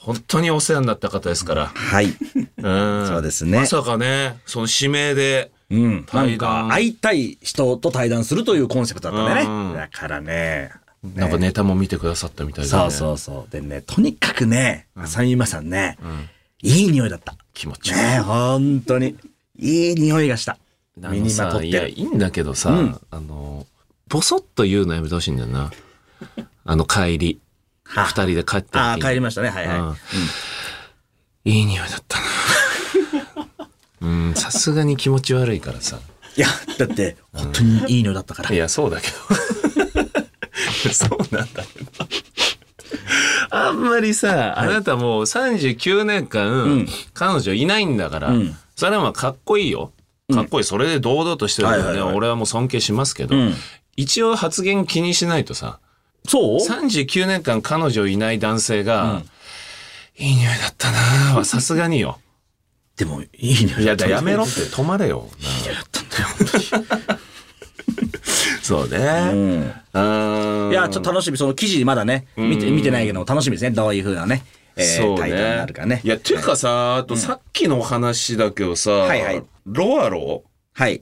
Speaker 2: 本当にお世話になった方ですから、
Speaker 3: はい。
Speaker 2: うん、
Speaker 3: そうですね
Speaker 2: まさかねその指名で
Speaker 3: うん。なん
Speaker 2: 対
Speaker 3: か
Speaker 2: 談、
Speaker 3: 会いたい人と対談するというコンセプトだったんだよね。
Speaker 2: うん
Speaker 3: だからね。
Speaker 2: なんかネタも見てくださったみたいだね
Speaker 3: そうそうそう。でね、とにかくね、浅見ゆまさんね、いい匂いだった。
Speaker 2: 気持ちよ
Speaker 3: ね本当に。いい匂いがした。
Speaker 2: あ
Speaker 3: 身
Speaker 2: の
Speaker 3: にまと
Speaker 2: さ
Speaker 3: っ
Speaker 2: い
Speaker 3: て
Speaker 2: や
Speaker 3: る
Speaker 2: い。いんだけどさ、
Speaker 3: うん
Speaker 2: あのボソッと言うのやめてほしいんだよなあの帰り
Speaker 3: はあ
Speaker 2: 二人で帰った時
Speaker 3: ああ、
Speaker 2: に
Speaker 3: 帰りましたね。はいはい。
Speaker 2: うんいい匂いだ ったなうんさすがに気持ち悪いからさ
Speaker 3: いや、だって、本当にいい匂いだったから。
Speaker 2: いやそうだけど そうなんだけどあんまりさあなたもう39年間、
Speaker 3: うん
Speaker 2: 彼女いないんだから、
Speaker 3: うん
Speaker 2: それはまあかっこいいよかっこいい、それで堂々としてるからね、
Speaker 3: はいはいはい
Speaker 2: 俺はもう尊敬しますけど、
Speaker 3: うん
Speaker 2: 一応発言気にしないとさ
Speaker 3: そう
Speaker 2: 39年間彼女いない男性が、いい匂いだったなぁはさすがによ。
Speaker 3: でも、いい匂い
Speaker 2: い
Speaker 3: だ
Speaker 2: や、
Speaker 3: った。
Speaker 2: だやめろって、止まれよ。そう
Speaker 3: う
Speaker 2: ね。
Speaker 3: ん。
Speaker 2: うん
Speaker 3: いや、ちょっと楽しみ。その記事まだね、見て、見てないけど、楽しみですね。どういうふうなね、え
Speaker 2: そ
Speaker 3: ー、
Speaker 2: う
Speaker 3: タイトルになるかね
Speaker 2: い。や、ていうかさ、あとさっきのお話だけどさ、
Speaker 3: いはい
Speaker 2: ロアロ
Speaker 3: はい。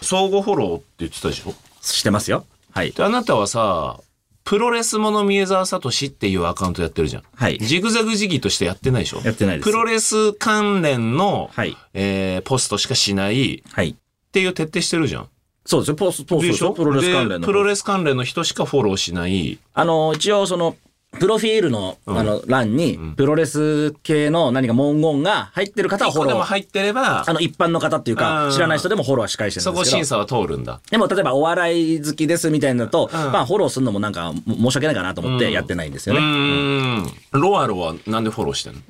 Speaker 2: 相互フォローって言ってたでしょ
Speaker 3: してますよ。はい。
Speaker 2: であなたはさ、プロレスもの三重沢聡っていうアカウントやってるじゃん。
Speaker 3: はい
Speaker 2: ジグザグジギーとしてやってないでしょ
Speaker 3: やってないです
Speaker 2: プロレス関連の、
Speaker 3: はい
Speaker 2: えーポストしかしないっ
Speaker 3: はい。
Speaker 2: ていう徹底してるじゃん。
Speaker 3: そうですよ。ポスポス
Speaker 2: で
Speaker 3: で
Speaker 2: し
Speaker 3: し
Speaker 2: ょ
Speaker 3: ょプロレス関連
Speaker 2: で
Speaker 3: の。
Speaker 2: プロレス関連の人しかフォローしない。
Speaker 3: あの、一応、その、プロフィールの、あの、欄に、プロレス系の何か文言が入ってる方はフォ
Speaker 2: これ
Speaker 3: ロ
Speaker 2: も
Speaker 3: ー。
Speaker 2: 入ってれば
Speaker 3: あ、の、一般の方っていう
Speaker 2: う
Speaker 3: か
Speaker 2: ん、
Speaker 3: 知らない人でもフォローはし返してる
Speaker 2: そ
Speaker 3: んで
Speaker 2: こ
Speaker 3: すけ
Speaker 2: 審
Speaker 3: ど。
Speaker 2: 査は通るんだ。
Speaker 3: でも、例えば、お笑い好きですみたいなのと、
Speaker 2: ん
Speaker 3: まあ、フォローするのもなんか、も申し訳ないかなと思ってやってないんです
Speaker 2: う
Speaker 3: よね。
Speaker 2: ーん。ロアロはなんでフォローしてんの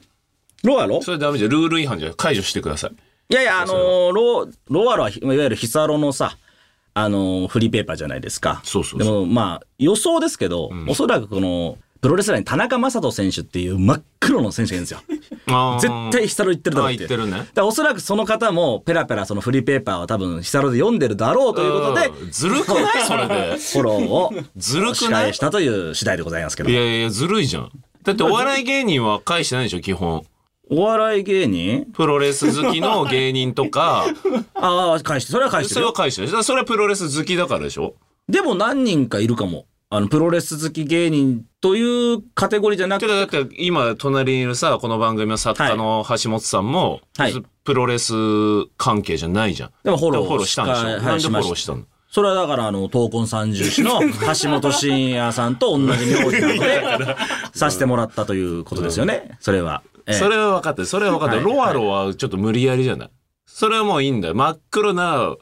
Speaker 3: ロアロ
Speaker 2: それダメじゃん。ルール違反じゃん。解除してください。
Speaker 3: いやいや、あのーロ、ロアロは、いわゆるヒサロのさ、あのーフリーペーパーじゃないですか。
Speaker 2: そうそうそう
Speaker 3: でも、まあ、予想ですけど、おそらくこの、プロレスラーに田中将人選手っていう真っ黒の選手がいるんですよ。絶対ヒサロ言ってるだろうって。
Speaker 2: あ言ってるね
Speaker 3: だからおそらくその方も、ペラペラそのフリーペーパーは多分ヒサロで読んでるだろうということで、
Speaker 2: うんずるくないそれで。
Speaker 3: フォローを、
Speaker 2: ずる
Speaker 3: 仕
Speaker 2: くない
Speaker 3: 返したという次第でございますけど
Speaker 2: い。やいやいや、ずるいじゃん。だってお笑い芸人は返してないでしょ、基本。
Speaker 3: お笑い芸人
Speaker 2: プロレス好きの芸人とか、
Speaker 3: ああ、返して、それは返して
Speaker 2: それ
Speaker 3: る
Speaker 2: は
Speaker 3: よ
Speaker 2: 返してない。だからそれはプロレス好きだからでしょ
Speaker 3: でも何人かいるかも。あの、プロレス好き芸人というカテゴリーじゃなく
Speaker 2: て
Speaker 3: て、
Speaker 2: かだって今隣にいるさこの番組の作家の橋本さんも、
Speaker 3: はい
Speaker 2: プロレス関係じゃないじゃん
Speaker 3: でもフォロー
Speaker 2: でしたんでしょ、
Speaker 3: はい
Speaker 2: なんでフォロ
Speaker 3: し
Speaker 2: ー
Speaker 3: ました
Speaker 2: したの
Speaker 3: それはだから、あの、闘魂三重士の 橋本真也さんと同じ名字なので、させてもらったということですよね、それは。ええ
Speaker 2: それは分かってるそれは分かってる、
Speaker 3: はい
Speaker 2: ロアロはちょっと無理やりじゃないそれはもういいんだよ真っ黒な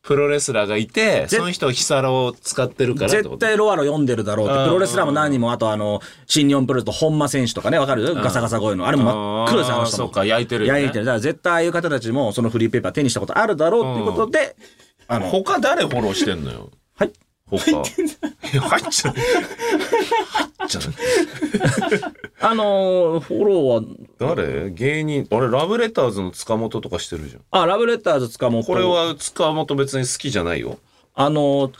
Speaker 2: プロレスラーがいてその人はヒサロを使ってるからってこ
Speaker 3: 絶
Speaker 2: と
Speaker 3: 対ロアロ読んでるだろうって、
Speaker 2: うん
Speaker 3: プロレスラーも何人も、あとあの、新日本プロレスと本間選手とかね、わかるガサガサ声の。あれも真っ黒ですよ、あの人
Speaker 2: そ
Speaker 3: も
Speaker 2: うか焼いてるよね
Speaker 3: 焼いてる。だから絶対ああいう方たちも、そのフリーペーパー手にしたことあるだろうっていうことで、あの、
Speaker 2: 他誰フォローしてんのよ
Speaker 3: はい。
Speaker 2: 他いや入っちゃう入っちゃう
Speaker 3: あのーフォローは、
Speaker 2: 誰芸人あれラブレターズの塚本とかしてるじゃん
Speaker 3: あ、ラブレターズ塚本。
Speaker 2: これは塚本別に好きじゃないよ。
Speaker 3: あの、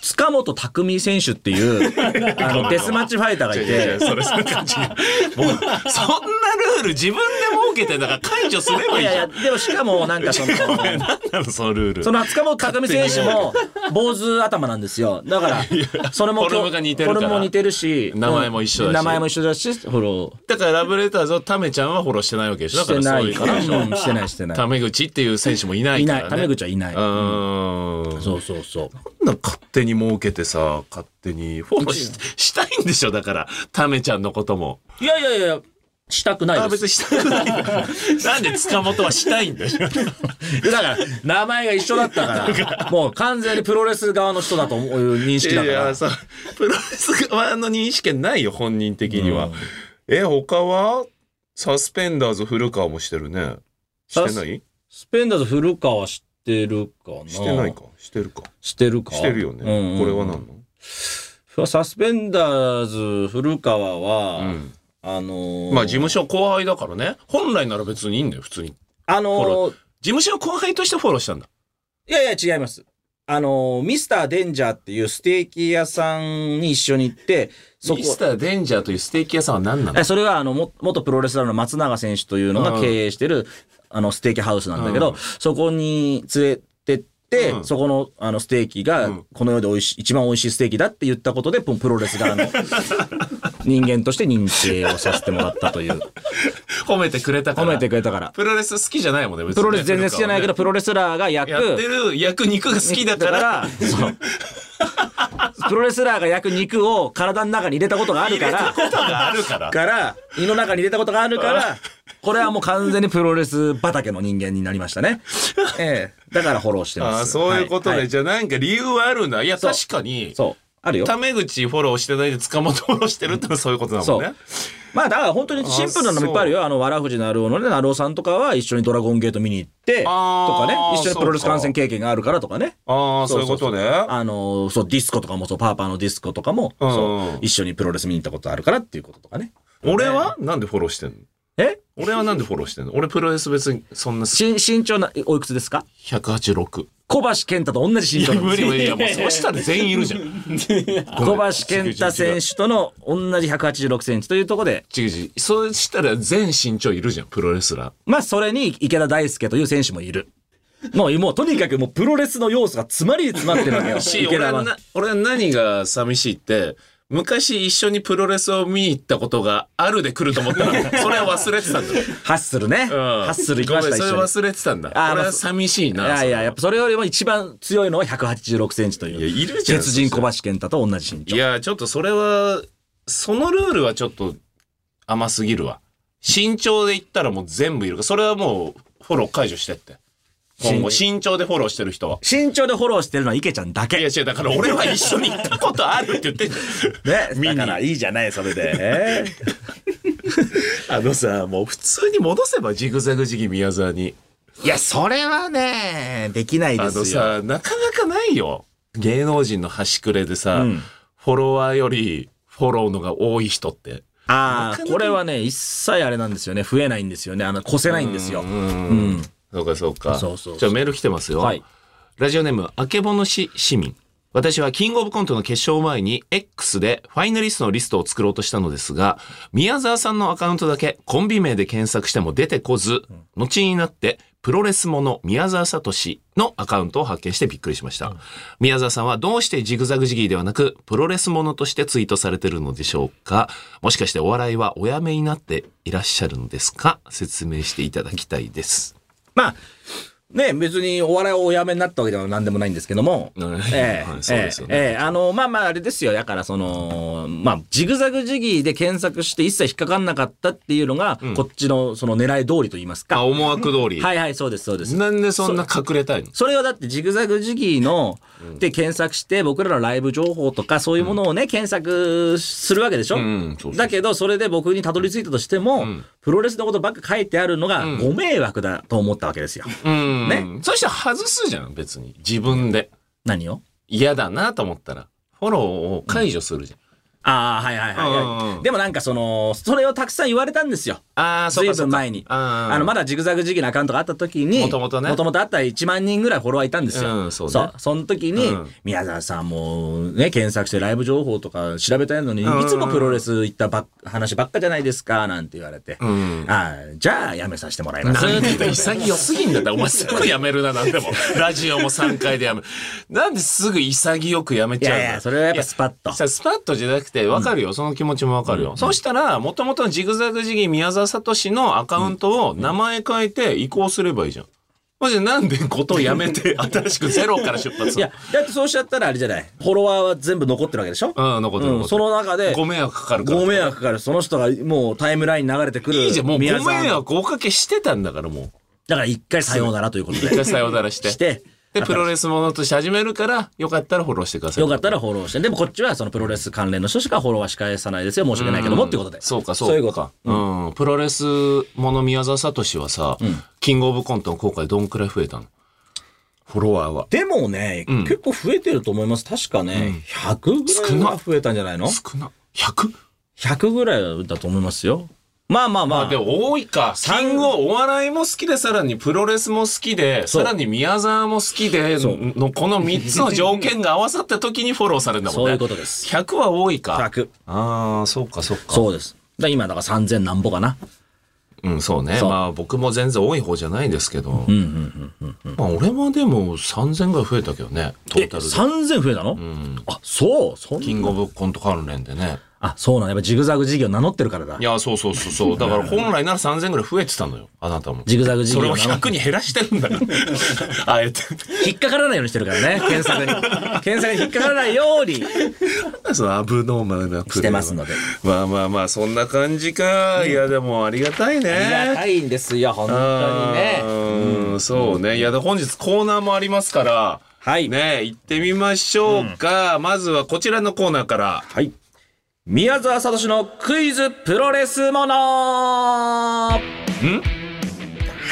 Speaker 3: 塚本匠選手っていう、 あの、デスマッチファイターがいて、
Speaker 2: それそれ感じ。もうそんなルール自分で設受けてんだから解除すればい
Speaker 3: い
Speaker 2: いじ
Speaker 3: やい
Speaker 2: ゃ
Speaker 3: や、
Speaker 2: ん。
Speaker 3: でもしかもなん かその、
Speaker 2: 何なのそのルール。
Speaker 3: その塚本高見選手も坊主頭なんですよ。だから、それも
Speaker 2: フォルムが似てるから
Speaker 3: フォルムも似てるし、
Speaker 2: 名前も一緒だし
Speaker 3: 名前も一緒だし、フォロ
Speaker 2: だからラブレターズをタメちゃんはフォローしてないわけでし
Speaker 3: ー
Speaker 2: ょ。
Speaker 3: してないから、
Speaker 2: だそういう
Speaker 3: うんしてないしてない。
Speaker 2: タメ口っていう選手もいない
Speaker 3: い
Speaker 2: か
Speaker 3: な
Speaker 2: ら、
Speaker 3: い、
Speaker 2: ね。
Speaker 3: タメ口はいない。
Speaker 2: うーん。そ
Speaker 3: そうそうそう。
Speaker 2: んな勝手に儲けてさ、勝手にフォローししたいんでしょだから、タメちゃんのことも。
Speaker 3: いやいやいや、したくな
Speaker 2: あ、
Speaker 3: いで
Speaker 2: 別
Speaker 3: す。
Speaker 2: にしたくないんだ。 なんで塚本はしたいんだよ。
Speaker 3: だから、名前が一緒だったから、もう完全にプロレス側の人だと思う認識だか
Speaker 2: いや
Speaker 3: ら。
Speaker 2: さプロレス側の認識はないよ本人的には、え他はサスペンダーズ古川もしてるねしてない
Speaker 3: スペンダーズ古川知ってるかな
Speaker 2: してないかしてるか
Speaker 3: してるか
Speaker 2: してるよね、
Speaker 3: うんうん
Speaker 2: これは何の
Speaker 3: サスペンダーズ古川は、
Speaker 2: ん
Speaker 3: あのー
Speaker 2: まあ事務所後輩だからね本来なら別にいいんだよ普通に
Speaker 3: あ
Speaker 2: フォ
Speaker 3: の
Speaker 2: ロ
Speaker 3: ー
Speaker 2: 事務所後輩としてフォローしたんだ
Speaker 3: いやいや違います。あのーミスターデンジャーっていうステーキ屋さんに一緒に行って、そこ
Speaker 2: ミスターデンジャーというステーキ屋さんは何なの
Speaker 3: えそれはあのも元プロレスラーの松永選手というのが経営してる、あのステーキハウスなんだけど、
Speaker 2: うん
Speaker 3: そこに連れてって、
Speaker 2: うん
Speaker 3: そこのあのステーキ
Speaker 2: う
Speaker 3: が
Speaker 2: ん
Speaker 3: この世で美味しい一番美味しいステーキだって言ったことでプロレス 側の人間として認定をさせてもらったという
Speaker 2: 褒めてくれたか
Speaker 3: 褒
Speaker 2: ら
Speaker 3: めてくれた から
Speaker 2: プロレス好きじゃないもんね別にね
Speaker 3: プロレス全然好きじゃないけど
Speaker 2: 古
Speaker 3: プロレスラーが焼
Speaker 2: 川はねやって
Speaker 3: く
Speaker 2: る焼肉が好きだ から
Speaker 3: そうプロレスラーが焼く肉を体の中に入れたことがあるから
Speaker 2: ことがあるから
Speaker 3: から胃の中に入れたことがあるからこれはもう完全にプロレス畑の人間になりましたね、ええ、だからフォローしてます
Speaker 2: ああそういうことね、
Speaker 3: ははい
Speaker 2: じゃあなんか理由はあるんだいや
Speaker 3: そう
Speaker 2: 確かに
Speaker 3: そうあるよ
Speaker 2: タメ口フォローしてないで塚本フォローしてるってのはそういうことだもんね
Speaker 3: まあだから本当にシンプルなのもいっぱいあるよあのわらふじなるおのねなるおさんとかは一緒にドラゴンゲート見に行ってと
Speaker 2: あー
Speaker 3: かね一緒にプロレス
Speaker 2: そうか
Speaker 3: 観戦経験があるからとかね
Speaker 2: ああそういうことね
Speaker 3: あのそうディスコとかもそうパーパーのディスコとかも、
Speaker 2: うん
Speaker 3: そう一緒にプロレス見に行ったことあるからっていうこととかね
Speaker 2: 俺はなんでフォローしてんの
Speaker 3: え
Speaker 2: 俺はなんでフォローしてんの俺プロレス別にそんな
Speaker 3: し身長なおいくつですか
Speaker 2: 186
Speaker 3: 小橋健太と同じ
Speaker 2: い
Speaker 3: 身長
Speaker 2: や
Speaker 3: なんですよ
Speaker 2: 無理無理いやもう そうしたら全員いるじゃん
Speaker 3: 小橋健太選手との同じ186センチというところで、
Speaker 2: 違う違うそうしたら全身長いるじゃんプロレスラー
Speaker 3: まあそれに池田大輔という選手もいる。もう、もうとにかくもうプロレスの要素が詰まり詰まってるわけ よ。
Speaker 2: し
Speaker 3: 池
Speaker 2: 俺
Speaker 3: 田
Speaker 2: は
Speaker 3: は。
Speaker 2: な俺は何が寂しいって昔一緒にプロレスを見に行ったことがあるで来ると思 ったらそれは忘れてたんだよ
Speaker 3: ハッスルね。ハッスル行きました、
Speaker 2: ごめ
Speaker 3: 一
Speaker 2: ん
Speaker 3: 緒に。
Speaker 2: それ忘れてたんだ。
Speaker 3: あー
Speaker 2: 俺
Speaker 3: ま
Speaker 2: は
Speaker 3: あ
Speaker 2: 寂しいな。
Speaker 3: いやいや、やっ
Speaker 2: ぱ。
Speaker 3: ぱそれよりも一番強いのは186センチという。
Speaker 2: いやいるじゃん
Speaker 3: 鉄人小橋健太と同じ身
Speaker 2: い
Speaker 3: 長。
Speaker 2: や、ちょっとそれは、そのルールはちょっと甘すぎるわ。身長で言ったらもう全部いるから、それはもうフォロー解除してって。今後、身長でフォローしてる人は。
Speaker 3: 身長でフォローしてるのは池ちゃんだ
Speaker 2: い
Speaker 3: け。
Speaker 2: や違う、だから俺は一緒に行ったことあるって言ってんじゃん
Speaker 3: ね。
Speaker 2: 見
Speaker 3: だ
Speaker 2: に
Speaker 3: からいいじゃない、それで。えー
Speaker 2: あのさ、もう普通に戻せばジグザグジギ宮沢に。
Speaker 3: いや、それはね、できない
Speaker 2: あ
Speaker 3: で
Speaker 2: の
Speaker 3: すよ。
Speaker 2: さ、なかなかないよ。芸能人の端くれでさ、
Speaker 3: うん
Speaker 2: フォロワーよりフォローのが多い人って。
Speaker 3: あ
Speaker 2: なか
Speaker 3: あ、
Speaker 2: なか
Speaker 3: これはね、一切あれなんですよね。増えないんですよね。あの、越せないんですよ。うん
Speaker 2: そうかそうか。
Speaker 3: そうそうそう
Speaker 2: じゃあメール来てますよ。
Speaker 3: はい
Speaker 2: ラジオネーム、あけぼの市市民。私はキングオブコントの決勝前に X でファイナリストのリストを作ろうとしたのですが、宮沢さんのアカウントだけコンビ名で検索しても出てこず、後になってプロレスモの宮沢聡のアカウントを発見してびっくりしました。宮沢さんはどうしてジグザグジギーではなくプロレスモのとしてツイートされてるのでしょうかもしかしてお笑いはおやめになっていらっしゃるのですか説明していただきたいです。
Speaker 3: まあ、ね、別にお笑いをおやめになったわけでは何でもないんですけども、え
Speaker 2: はい
Speaker 3: え
Speaker 2: はい
Speaker 3: え
Speaker 2: そうですよね
Speaker 3: えええあの、まあまあ、あれですよ。だから、その、まあ、ジグザグジギーで検索して一切引っかかんなかったっていうのが、こっちの、その狙い通りと言いますか。
Speaker 2: あ、思惑通り。
Speaker 3: はいはい、そうです、そうです。
Speaker 2: なんでそんな隠れたいの
Speaker 3: それはだってジグザグジギーの、で検索して僕らのライブ情報とかそういうものをね、検索するわけでしょ、
Speaker 2: んそうそうそう
Speaker 3: だけどそれで僕にたどり着いたとしても、プロレスのことばっか書いてあるのがご迷惑だと思ったわけですよ。
Speaker 2: うん。
Speaker 3: ね
Speaker 2: そしたら外すじゃん、別に。自分で。
Speaker 3: 何を
Speaker 2: 嫌だなと思ったら。フォローを解除するじゃん。
Speaker 3: ああ、はいはいはい、
Speaker 2: うんうんう
Speaker 3: は
Speaker 2: ん
Speaker 3: い。でもなんかその、それをたくさん言われたんですよ。
Speaker 2: ああ、そう
Speaker 3: 随
Speaker 2: かそう
Speaker 3: 分
Speaker 2: か。
Speaker 3: 前に
Speaker 2: あ
Speaker 3: あ
Speaker 2: ー
Speaker 3: のまだジグザグ時期のアカウントがあった時に
Speaker 2: 元々ね
Speaker 3: もともとあった1万人ぐらいフォロワーいたんですよ、
Speaker 2: うんそうね
Speaker 3: その時に、
Speaker 2: うん
Speaker 3: 宮沢さんもね検索してライブ情報とか調べたいのに、
Speaker 2: うん
Speaker 3: いつもプロレス行ったばっ話ばっかじゃないですかなんて言われて、
Speaker 2: ん
Speaker 3: あーじゃあやめさせてもらいます
Speaker 2: なんでだよ潔すぎんだってお前すぐやめるな なんでもラジオも3回でやめるなんですぐ潔くやめ
Speaker 3: い
Speaker 2: ちゃうんだ
Speaker 3: やいやそれはやっぱスパッ
Speaker 2: い
Speaker 3: と
Speaker 2: やさスパッとじゃなくて分かるよ、その気持ちも分かるよ、そうしたらもともとのジグザグ時期宮沢聡のアカウントを名前変えて移行すればいいじゃんマジでなんでことをやめ て新しくゼロから出発する
Speaker 3: いやだってそうしちゃったらあれじゃないフォロワーは全部残ってるわけでしょ、
Speaker 2: うん残ってる残ってる
Speaker 3: うんその中で
Speaker 2: ご迷惑かかるから
Speaker 3: ご迷惑かかるその人がもうタイムラインに流れてくる
Speaker 2: いいじゃんもうご迷
Speaker 3: 宮沢の
Speaker 2: 惑おかけしてたんだからも
Speaker 3: だから一回さようならということ
Speaker 2: う一
Speaker 3: で
Speaker 2: 回さようならして
Speaker 3: して
Speaker 2: でプロレスものとして始めるからよかったらフォローしてください
Speaker 3: よかったらフォローして。でもこっちはそのプロレス関連の人しかフォローはし返さないですよ。申し訳ないけどもってことで。
Speaker 2: そうかそうか
Speaker 3: そういうこと。
Speaker 2: うん、プロレスもの宮沢聡はさ、キングオブコントの今回どんくらい増えたのフォロワーは
Speaker 3: でもね、結構増えてると思います。確かね、100ぐらいは増えたんじゃないの
Speaker 2: 少な 100?
Speaker 3: ?100 ぐらいだと思いますよ。まあまあまあ。
Speaker 2: でも多いかキングお笑いも好きでさらにプロレスも好きで
Speaker 3: そう
Speaker 2: さらに宮沢も好きでのこの3つの条件が合わさった時にフォローされるんだもんね
Speaker 3: そういうことです
Speaker 2: 100は多いか
Speaker 3: 100。
Speaker 2: ああそうかそうか
Speaker 3: そうです。だから今だから3000何歩かな。
Speaker 2: うん、そうね。
Speaker 3: そう
Speaker 2: まあ僕も全然多い方じゃないですけど。まあ俺はでも3000ぐらい増えたけどね、ト
Speaker 3: え、
Speaker 2: ータルで。
Speaker 3: 3000増えたのあ、そう。そん
Speaker 2: キングオブコント関連でね。
Speaker 3: あ、そうなの。やっぱジグザグ事業名乗ってるからだ
Speaker 2: い。や、そうそうそうそう。だから本来なら3000ぐらい増えてたのよ、あなたも。
Speaker 3: ジグザグ事
Speaker 2: そ
Speaker 3: 業
Speaker 2: れ
Speaker 3: 名乗
Speaker 2: を
Speaker 3: って
Speaker 2: 100に減らしてるんだよ。あえて。
Speaker 3: 引っかからないようにしてるからね。検索に。検索に引っかからないように
Speaker 2: そのアブノーマルな
Speaker 3: してますので。
Speaker 2: まあまあまあ、そんな感じか。いや、でもありがたいね。
Speaker 3: ありがたいんですよ、本当にね。
Speaker 2: うん、そうね。いや、で本日コーナーもありますから、
Speaker 3: はい
Speaker 2: ね、行ってみましょうか。まずはこちらのコーナーから。
Speaker 3: はい。宮沢聡のクイズプロレスもの
Speaker 2: っ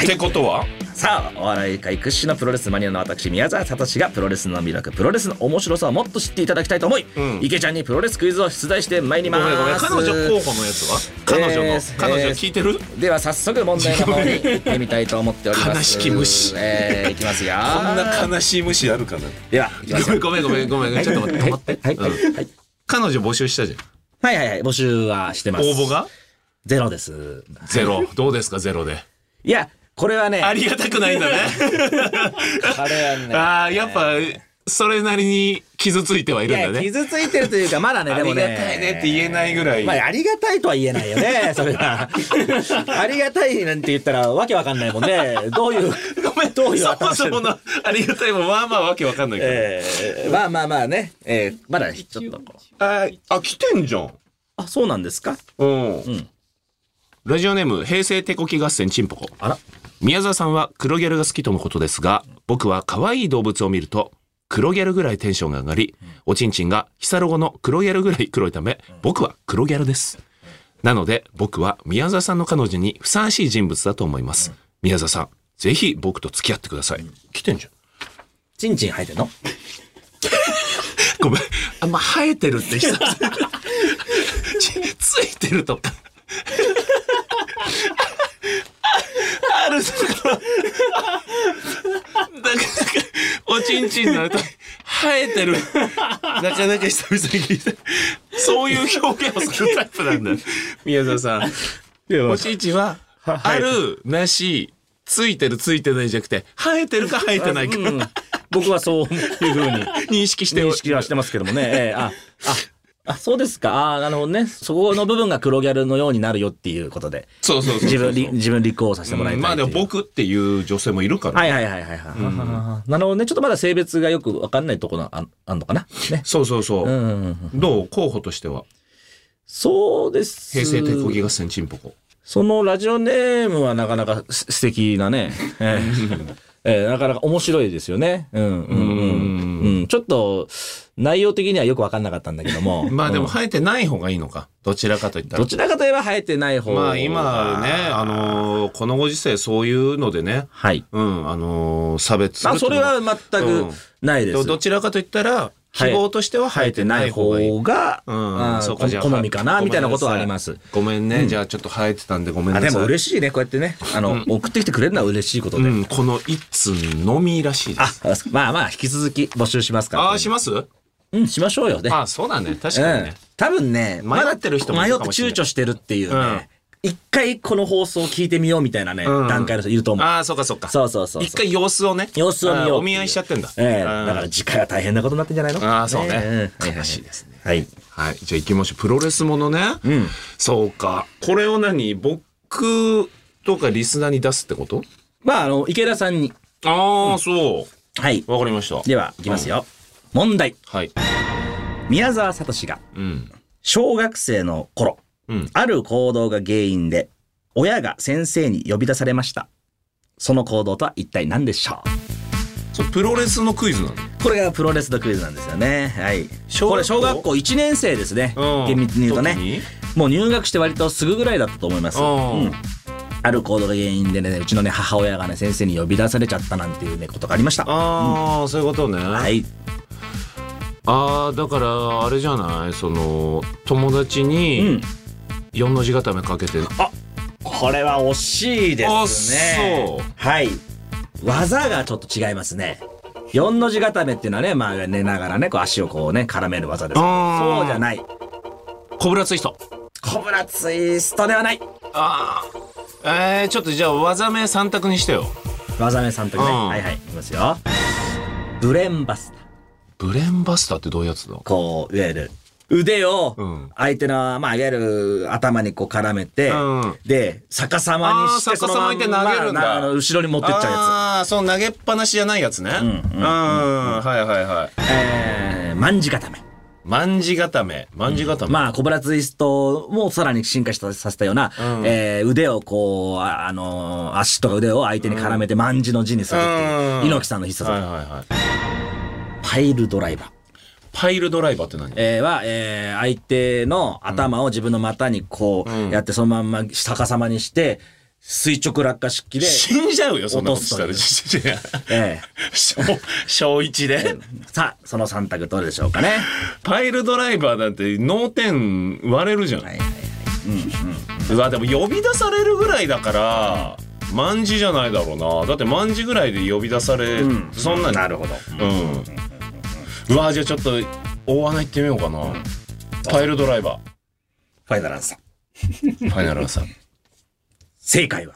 Speaker 2: てことは
Speaker 3: さあ、お笑い界屈指のプロレスマニアの私、宮沢聡がプロレスの魅力、プロレスの面白さをもっと知っていただきたいと思い、池ちゃんにプロレスクイズを出題してまいり
Speaker 2: ご
Speaker 3: ます。
Speaker 2: めんごめん。彼女候補のやつは彼女の、
Speaker 3: えー
Speaker 2: 彼女
Speaker 3: えー
Speaker 2: 聞いてる
Speaker 3: では早速問題の方に行ってみたいと思っております。
Speaker 2: 悲しき虫
Speaker 3: えー、いきますよ。
Speaker 2: こんな悲しい無視あるかな
Speaker 3: では、いきますよ。
Speaker 2: ごめんごめんごめんごめ ん。ちょっと待って、止まって。
Speaker 3: はい、はい、
Speaker 2: うん
Speaker 3: はい。
Speaker 2: 彼女募集したじゃん。
Speaker 3: はいはいはい、募集はしてます。
Speaker 2: 応募が
Speaker 3: ゼロです。
Speaker 2: ゼロ。どうですか、ゼロで。
Speaker 3: いや、これはね、
Speaker 2: ありがたくないんだね。
Speaker 3: これは ね、
Speaker 2: ああ、やっぱ、それなりに傷ついてはいるんだ
Speaker 3: いや
Speaker 2: ね。
Speaker 3: 傷ついてるというか、まだ ね、
Speaker 2: あ
Speaker 3: でも
Speaker 2: り
Speaker 3: ね。
Speaker 2: がたいねって言えないぐらい。
Speaker 3: まあ、ありがたいとは言えないよ ね、それは。ありがたいなんて言ったら、わけわかんないもんね。どういう、
Speaker 2: ごめん、
Speaker 3: どういう
Speaker 2: そ
Speaker 3: 頭
Speaker 2: も
Speaker 3: し
Speaker 2: そ
Speaker 3: てる
Speaker 2: もの ありがたいもまあまあわけわかんないから。
Speaker 3: えーまあまあまあね、えーまだちょっとこう。
Speaker 2: あーあ、来てんじゃん。
Speaker 3: あ、そうなんですか
Speaker 2: うん。ラジオネーム、平成手こき合戦チンポコ。
Speaker 3: あら。
Speaker 2: 宮沢さんは黒ギャルが好きとのことですが、僕は可愛い動物を見ると、黒ギャルぐらいテンションが上がり、おちんちんがヒサロゴの黒ギャルぐらい黒いため、僕は黒ギャルです。なので、僕は宮沢さんの彼女にふさわしい人物だと思います。宮沢さん、ぜひ僕と付き合ってください。来てんじゃん。
Speaker 3: チンチン生えてんの
Speaker 2: ごめん。あんま生えてるって 久々にちついてるとか。あるとか。なかなか、おちんちんのあれと、生えてる。なかなか久々に聞いた。そういう表現をするタイプなんだよ。宮沢さん。おちんちんは、ある、なし、ついてる、ついてないじゃなくて、生えてるか生えてないか、
Speaker 3: うん。僕はそういうふうに
Speaker 2: 認識 して
Speaker 3: 認識はしてますけどもね。えーあ、あ、あ、そうですか。あー、なるほどね。そこの部分が黒ギャルのようになるよっていうことで。
Speaker 2: そうそうそうそう
Speaker 3: 自分り、自分立候補させてもらいたい
Speaker 2: まあ
Speaker 3: とい
Speaker 2: で
Speaker 3: う
Speaker 2: も僕っていう女性もいるから、
Speaker 3: はいはいはいはいはい。なるほどね。ちょっとまだ性別がよくわかんないところああんのかな。ね。
Speaker 2: そうそうそう、
Speaker 3: うんうんうん。
Speaker 2: どう候補としては
Speaker 3: そうです。
Speaker 2: 平成手こぎ合戦チンポコ。
Speaker 3: そのラジオネームはなかなかす素敵な ね。ええええなかなか面白いですよね。うんうんうん。うん、ちょっと、内容的にはよくわかんなかったんだけども
Speaker 2: まあでも生えてない方がいいのかどちらかといったら
Speaker 3: どちらかといえば生えてない方
Speaker 2: まあ今ねあのーこのご時世そういうのでね
Speaker 3: はい。
Speaker 2: うんあのー差別する
Speaker 3: あ、それは全
Speaker 2: う
Speaker 3: く
Speaker 2: ん
Speaker 3: ないで。
Speaker 2: ですもどちらかといったら
Speaker 3: 希望としては生えてない方が、
Speaker 2: うん
Speaker 3: あー
Speaker 2: そうかじゃあ
Speaker 3: 好みかな、みたいなことはあります。
Speaker 2: ごめんね、じゃあちょっと生えてたんでごめんな
Speaker 3: あ
Speaker 2: さい
Speaker 3: でも嬉しいね、こうやってね、あの、送ってきてくれるのは嬉しいことで。
Speaker 2: うん、この一通のみらしいで
Speaker 3: あ
Speaker 2: す。、
Speaker 3: まあまあ、引き続き募集しますから。
Speaker 2: ああ、します
Speaker 3: うん、しましょうよね。
Speaker 2: あそうだね。確
Speaker 3: う
Speaker 2: かに
Speaker 3: ん
Speaker 2: ね。。
Speaker 3: 多分ね、
Speaker 2: 迷ってる人もいる
Speaker 3: 迷っ
Speaker 2: か
Speaker 3: て
Speaker 2: もしれな
Speaker 3: 躊
Speaker 2: い
Speaker 3: 躇してるっていう
Speaker 2: うん
Speaker 3: ね。一回この放送を聞いてみようみたいなね、
Speaker 2: うん
Speaker 3: 段階の人いると思う。
Speaker 2: ああ、そうかそうか。
Speaker 3: そうそうそうそう
Speaker 2: 一回様子をね。
Speaker 3: 様子を見ようってい
Speaker 2: あ
Speaker 3: う
Speaker 2: ーお見合いしちゃってんだ。
Speaker 3: ええ
Speaker 2: うん
Speaker 3: だから次回は大変なことになってんじゃないの
Speaker 2: ああ、そう
Speaker 3: え
Speaker 2: ね。
Speaker 3: え
Speaker 2: 悲しいですね。
Speaker 3: はい。
Speaker 2: はい。じゃあ行きましょう。プロレスものね。そうか。これを何僕とかリスナーに出すってこと
Speaker 3: まあ、あの、池田さんに。
Speaker 2: ああ、そ
Speaker 3: はい。
Speaker 2: う。わかりました。
Speaker 3: では、いきますよ。問題。
Speaker 2: はい。
Speaker 3: 宮沢聡が、
Speaker 2: うん。
Speaker 3: 小学生の頃、
Speaker 2: うん
Speaker 3: ある行動が原因で、親が先生に呼び出されました。その行動とは一体何でしょ
Speaker 2: そうプロレスのクイズなの
Speaker 3: うこれがプロレスのクイズなんですよね。はい。
Speaker 2: 小学校
Speaker 3: これ小学校1年生ですね。
Speaker 2: うん
Speaker 3: 厳密に言うと
Speaker 2: 時
Speaker 3: ね
Speaker 2: に。
Speaker 3: もう入学して割とすぐぐらいだったと思います。
Speaker 2: うん
Speaker 3: うんある行動が原因でね、うちのね、母親がね、先生に呼び出されちゃったなんていうね、ことがありました。は
Speaker 2: ああ、そういうことね。
Speaker 3: い。
Speaker 2: ああだからあれじゃないその友達に4の字固めかけて、
Speaker 3: これは惜しいですね。
Speaker 2: あそう
Speaker 3: はい。技がちょっと違いますね。4の字固めっていうのはね、まあ寝ながらね、こう足をこうね、絡める技ですけど。
Speaker 2: あー
Speaker 3: そうじゃない。
Speaker 2: コブラツイスト
Speaker 3: コブラツイストではない。
Speaker 2: ああえー、ちょっとじゃあ技名3択にしてよ
Speaker 3: 技名さんとかね。
Speaker 2: うん
Speaker 3: はいはい。いきますよ。ブレンバスター。
Speaker 2: ブレンバスターってどういうやつだ
Speaker 3: こう、いわゆる、腕を
Speaker 2: うん、
Speaker 3: 相手の、まあ、いわゆる頭にこう絡めて、
Speaker 2: うん
Speaker 3: で、逆さまにして、
Speaker 2: あー逆さまにして投げるんだ
Speaker 3: そのままな後ろに持ってっちゃうやつ。
Speaker 2: ああその投げっぱなしじゃないやつねうん
Speaker 3: うん
Speaker 2: はいはいはい
Speaker 3: えー、万字固め。
Speaker 2: 万字固め万字固め、
Speaker 3: まあ、コブラツイストもさらに進化したさせたような、
Speaker 2: うん
Speaker 3: えー腕をこう、あ、あのー足とか腕を相手に絡めて万字の字にするっていう、
Speaker 2: うん
Speaker 3: 猪木さんの必殺、
Speaker 2: はいはいはい
Speaker 3: パイルドライバー。
Speaker 2: パイルドライバーって何
Speaker 3: えーは、えー相手の頭を自分の股にこ
Speaker 2: うん
Speaker 3: うやってそのまんま逆さまにして、垂直落下式で、
Speaker 2: 死んじゃうよそんなこと
Speaker 3: 落
Speaker 2: したら
Speaker 3: と
Speaker 2: いや
Speaker 3: え
Speaker 2: 小小1で
Speaker 3: ーさあ、その3択どれでしょうかね。
Speaker 2: パイルドライバーなんて脳天割れるじゃない、うわでも呼び出されるぐらいだから万字じゃないだろうなだって万字ぐらいで呼び出され、そんなに
Speaker 3: なるほど。
Speaker 2: うん、うわじゃあちょっと大穴行ってみようかな、パイルドライバ
Speaker 3: ファイナルアンサー。
Speaker 2: ーファイナルアンサー
Speaker 3: 正解は、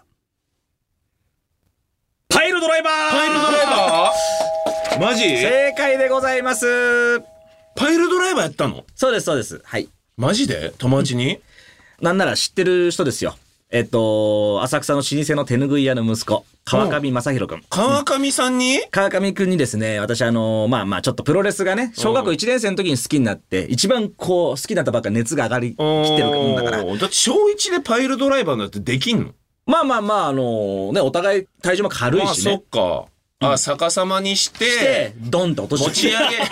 Speaker 3: パイルドライバー
Speaker 2: パイルドライバーマジ
Speaker 3: 正解でございます。
Speaker 2: パイルドライバーやったの
Speaker 3: そうです、そうです。はい。
Speaker 2: マジで友達に
Speaker 3: なんなら知ってる人ですよ。えっと、浅草の老舗の手ぬぐい屋の息子、川上正宏君。
Speaker 2: 川上さんに、
Speaker 3: 川上くんにですね、私あの、まあまあちょっとプロレスがね、小学校1年生の時に好きになって、一番こう好きだったばっか熱が上がりきってるもんだから、
Speaker 2: おーだって小1でパイルドライバーなんてできんの
Speaker 3: まあまあまああの、ね、お互い体重も軽いし
Speaker 2: まあそ
Speaker 3: ね
Speaker 2: っ。か。あ、逆さまにして、
Speaker 3: で、ドンって落として
Speaker 2: 持ち上げ。だ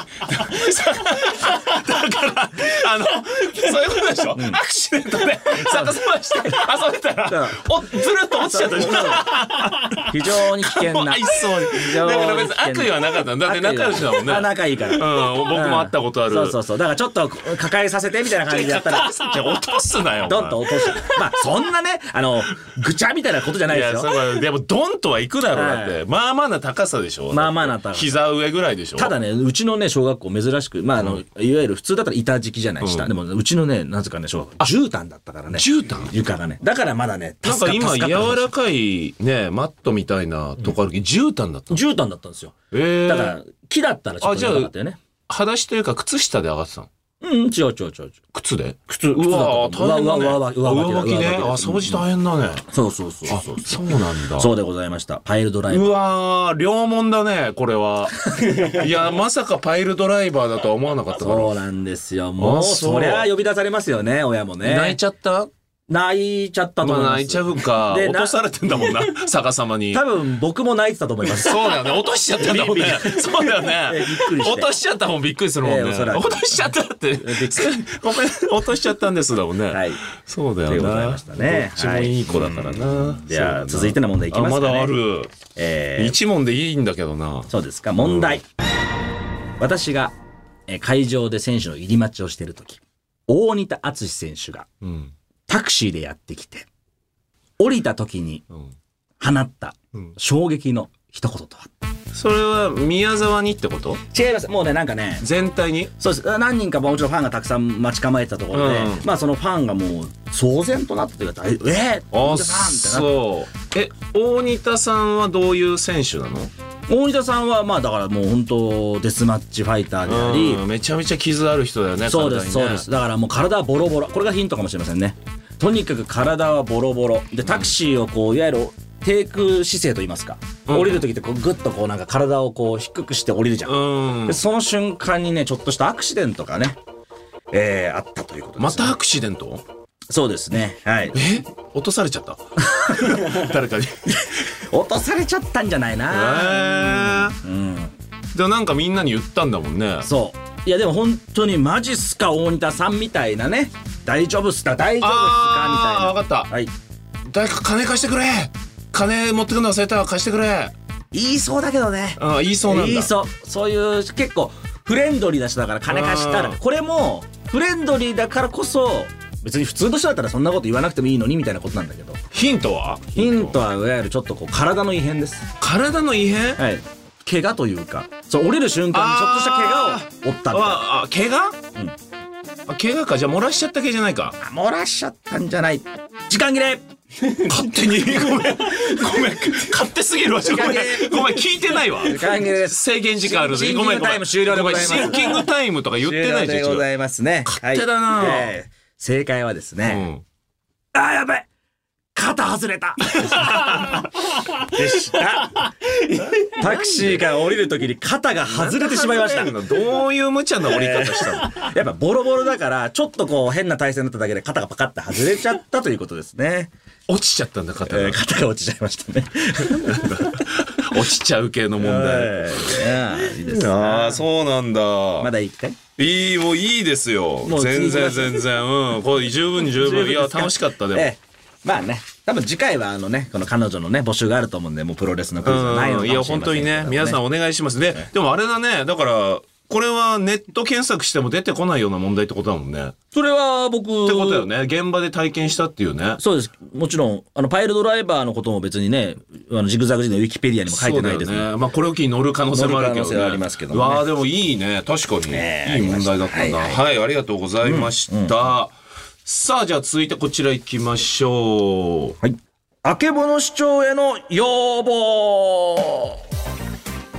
Speaker 2: から、あの、 そういうことでしょ、アクシデントで逆さまにして遊んでたら、おずるっと落ちちゃったじゃん。
Speaker 3: 非常に危険
Speaker 2: か
Speaker 3: な
Speaker 2: わい。そうにだ
Speaker 3: 非常に
Speaker 2: から別に悪意はなかったんだ。だって仲良しだもんね。
Speaker 3: あ仲いいから。
Speaker 2: うん、僕も会ったことある。
Speaker 3: そうそうそう。だからちょっと抱えさせてみたいな感じでやったら、
Speaker 2: じゃあ落とすなよ。お前
Speaker 3: ドンと落とした。まあそんなね、あの、ぐちゃみたいなことじゃない
Speaker 2: い
Speaker 3: で
Speaker 2: や、
Speaker 3: す
Speaker 2: そう
Speaker 3: よ。
Speaker 2: かでも、ドンとはいくだろう、
Speaker 3: はい
Speaker 2: だって。まあまあな高さでしょ
Speaker 3: まあまあな高さ
Speaker 2: 膝上ぐらいでしょ
Speaker 3: ただね、うちのね、小学校珍しく、まあ、あの、いわゆる普通だったら板敷きじゃない、下。でも、うちのね、なぜかね、小学校、絨毯だったからね。
Speaker 2: 絨毯
Speaker 3: 床がね。だからまだね、
Speaker 2: なんか今
Speaker 3: 助か
Speaker 2: 柔
Speaker 3: った
Speaker 2: らかいねマットみたいなとこあるけど、絨毯だったの
Speaker 3: 絨毯だったんですよ。
Speaker 2: ええ
Speaker 3: だから、木だったらちょ
Speaker 2: あ
Speaker 3: っと柔らかかったよね。
Speaker 2: 裸足というか靴下で上がってたの
Speaker 3: うん、違う違う違う違う。
Speaker 2: 靴で
Speaker 3: 靴
Speaker 2: う
Speaker 3: 靴だ
Speaker 2: わ
Speaker 3: った
Speaker 2: ー大変だね
Speaker 3: 上上上上
Speaker 2: 上
Speaker 3: 上
Speaker 2: 履きねあ
Speaker 3: 上履き
Speaker 2: 掃除大変だね、
Speaker 3: そうそうそう
Speaker 2: あ
Speaker 3: そ
Speaker 2: そう
Speaker 3: う。
Speaker 2: なんだ
Speaker 3: そうでございました。パイルドライブ。
Speaker 2: うわー両門だねこれ はいやまさかパイルドライバーだとは思わなかったから
Speaker 3: そうなんですよ。も
Speaker 2: あ
Speaker 3: う、
Speaker 2: そう
Speaker 3: そりゃ呼び出されますよね、親もね。
Speaker 2: 泣いちゃった
Speaker 3: 泣いちゃった
Speaker 2: ま
Speaker 3: と思い
Speaker 2: あ
Speaker 3: ます。
Speaker 2: 泣いちゃうか
Speaker 3: で
Speaker 2: 落
Speaker 3: な
Speaker 2: とされてんだ もんな逆さまに
Speaker 3: 多分、僕も泣いてたと思います。
Speaker 2: そうだよね。落としちゃったんだもんね。そうだよ
Speaker 3: え
Speaker 2: ね
Speaker 3: えびっく。りして
Speaker 2: 落としちゃったもんびっくりするもんね。
Speaker 3: ええおそらく
Speaker 2: 落としちゃったって。 ごめん、落としちゃったんですだもんね。
Speaker 3: はい
Speaker 2: そうだよ
Speaker 3: とい
Speaker 2: な。
Speaker 3: うことでございましたね
Speaker 2: どっちもいい子だからな。
Speaker 3: じゃあ、続いての問題いき
Speaker 2: あ、
Speaker 3: ますか、
Speaker 2: ま
Speaker 3: ね。
Speaker 2: だあ。る。
Speaker 3: えー
Speaker 2: 一問でいいんだけどな。
Speaker 3: そうですか、問題。私がえー会場で選手の入り待ちをしている時大仁田敦選手が
Speaker 2: うん。
Speaker 3: タクシーでやってきて降りた時に
Speaker 2: うん。
Speaker 3: 放った
Speaker 2: うん
Speaker 3: 衝撃の一言とは、
Speaker 2: それは宮沢にってこと
Speaker 3: 違いますもうねなんかね
Speaker 2: 全体に
Speaker 3: そうです何人かもちろんファンがたくさん待ち構えてたところで、
Speaker 2: うん
Speaker 3: まあそのファンがもう騒然となったというか「えー、えー、
Speaker 2: あ
Speaker 3: 大仁田さん!」ってなって
Speaker 2: そう。え、大仁田さんはどういう選手なの
Speaker 3: 大仁田さんはまあだからもう本当デスマッチファイターであり、
Speaker 2: うんめちゃめちゃ傷ある人だよね、
Speaker 3: そうです、
Speaker 2: 体
Speaker 3: そ
Speaker 2: に
Speaker 3: う
Speaker 2: ね
Speaker 3: です。だからもう体はボロボロ。これがヒントかもしれませんね。とにかく体はボロボロ。で、タクシーをこう、いわゆる、低空姿勢と言いますか。
Speaker 2: うん
Speaker 3: 降りる時ってこう、ぐっとこう、なんか体をこう、低くして降りるじゃん。
Speaker 2: うん
Speaker 3: で、。その瞬間にね、ちょっとしたアクシデントがね、えー、あったということで
Speaker 2: ます
Speaker 3: ね、
Speaker 2: たアクシデント
Speaker 3: そうですね。 はい。
Speaker 2: え落とされちゃ った誰かに。
Speaker 3: 落とされちゃったんじゃない
Speaker 2: え
Speaker 3: な
Speaker 2: ー。
Speaker 3: うん。
Speaker 2: でもなんかみんなに言ったんだもんね。
Speaker 3: そう。いや、でも本当に、マジっすか、大仁田さんみたいなね。大丈夫っすか、大丈夫っすか、みた
Speaker 2: あ
Speaker 3: い
Speaker 2: ー、分かった
Speaker 3: な。。はい。
Speaker 2: 誰か金貸してくれ金持ってくの忘れたら貸してくれ
Speaker 3: 言いそうだけどね。
Speaker 2: あ言いそうなんだ
Speaker 3: いいそうそういう結構フレンドリーな人だから金貸したら
Speaker 2: うん
Speaker 3: これもフレンドリーだからこそ別に普通の人だったらそんなこと言わなくてもいいのにみたいなことなんだけど
Speaker 2: ヒントは
Speaker 3: ヒントはいわゆるちょっとこう体の異変です
Speaker 2: 体の異変
Speaker 3: はい怪我というかそう降りる瞬間にちょっとした怪我を負ったみたいな
Speaker 2: ああ怪我、
Speaker 3: うん
Speaker 2: あ怪我かじゃあ漏らしちゃった系じゃないか
Speaker 3: あ漏らしちゃったんじゃない時間切れ
Speaker 2: 勝手に ごめんごめん勝手すぎるわごめんごめん聞いてないわ
Speaker 3: 時間切れです
Speaker 2: 制限時間あるのに
Speaker 3: シンキング
Speaker 2: ごめんごめん
Speaker 3: タイム終了でございま
Speaker 2: ご
Speaker 3: す
Speaker 2: めんシンキングタイムとか言ってない
Speaker 3: 終
Speaker 2: じ
Speaker 3: 了
Speaker 2: ゃん
Speaker 3: でござ
Speaker 2: 違う
Speaker 3: いますね
Speaker 2: 勝手だな
Speaker 3: はいえー正解はですね、
Speaker 2: うん
Speaker 3: あーやべえ肩外 れたでしたタクシーから降りるときに肩が外れてしまいました
Speaker 2: なんで外れるのどういう無茶な降り方したの、
Speaker 3: やっぱボロボロだからちょっとこう変な体勢になっただけで肩がパカッて外れちゃったということですね、
Speaker 2: 落ちちゃったんだ
Speaker 3: え
Speaker 2: 肩が、
Speaker 3: ー肩が落ちちゃいましたね
Speaker 2: 落ちちゃう系の問題
Speaker 3: はいいいです
Speaker 2: ああそうなんだ
Speaker 3: まだ一回
Speaker 2: いいもういいですよ
Speaker 3: もう
Speaker 2: 全
Speaker 3: 次行き
Speaker 2: 然
Speaker 3: ます
Speaker 2: 全然うんこれ十分十分いや楽しかったでも、
Speaker 3: ええまあね多分次回はあのねこの彼女のね募集があると思うんでもうプロレスのクイズはないのか
Speaker 2: うん
Speaker 3: も
Speaker 2: い
Speaker 3: しれ
Speaker 2: や
Speaker 3: ませ
Speaker 2: 本
Speaker 3: んけど
Speaker 2: 当にね皆さんお願いしますねでもあれだねだからこれはネット検索しても出てこないような問題ってことだもんね。っ
Speaker 3: それは僕っ
Speaker 2: て
Speaker 3: て
Speaker 2: ことだよね現場で体験したっていうね。
Speaker 3: そうです。もちろん、あの、パイルドライバーのことも別にね、あの、ジグザグ時代のウィキペディアにも書いてないです
Speaker 2: そうだよね。まあこれを機に乗る可能性もあるけどね。
Speaker 3: 乗る可能性はありますけどね
Speaker 2: うわあでもいいね確かに、
Speaker 3: ねえ
Speaker 2: いい問題だった
Speaker 3: あり
Speaker 2: な。
Speaker 3: ま
Speaker 2: は
Speaker 3: し
Speaker 2: い、ありがとうございました。さあじゃあ続いてこちら行きましょう。
Speaker 3: はい。あけぼの市長への要望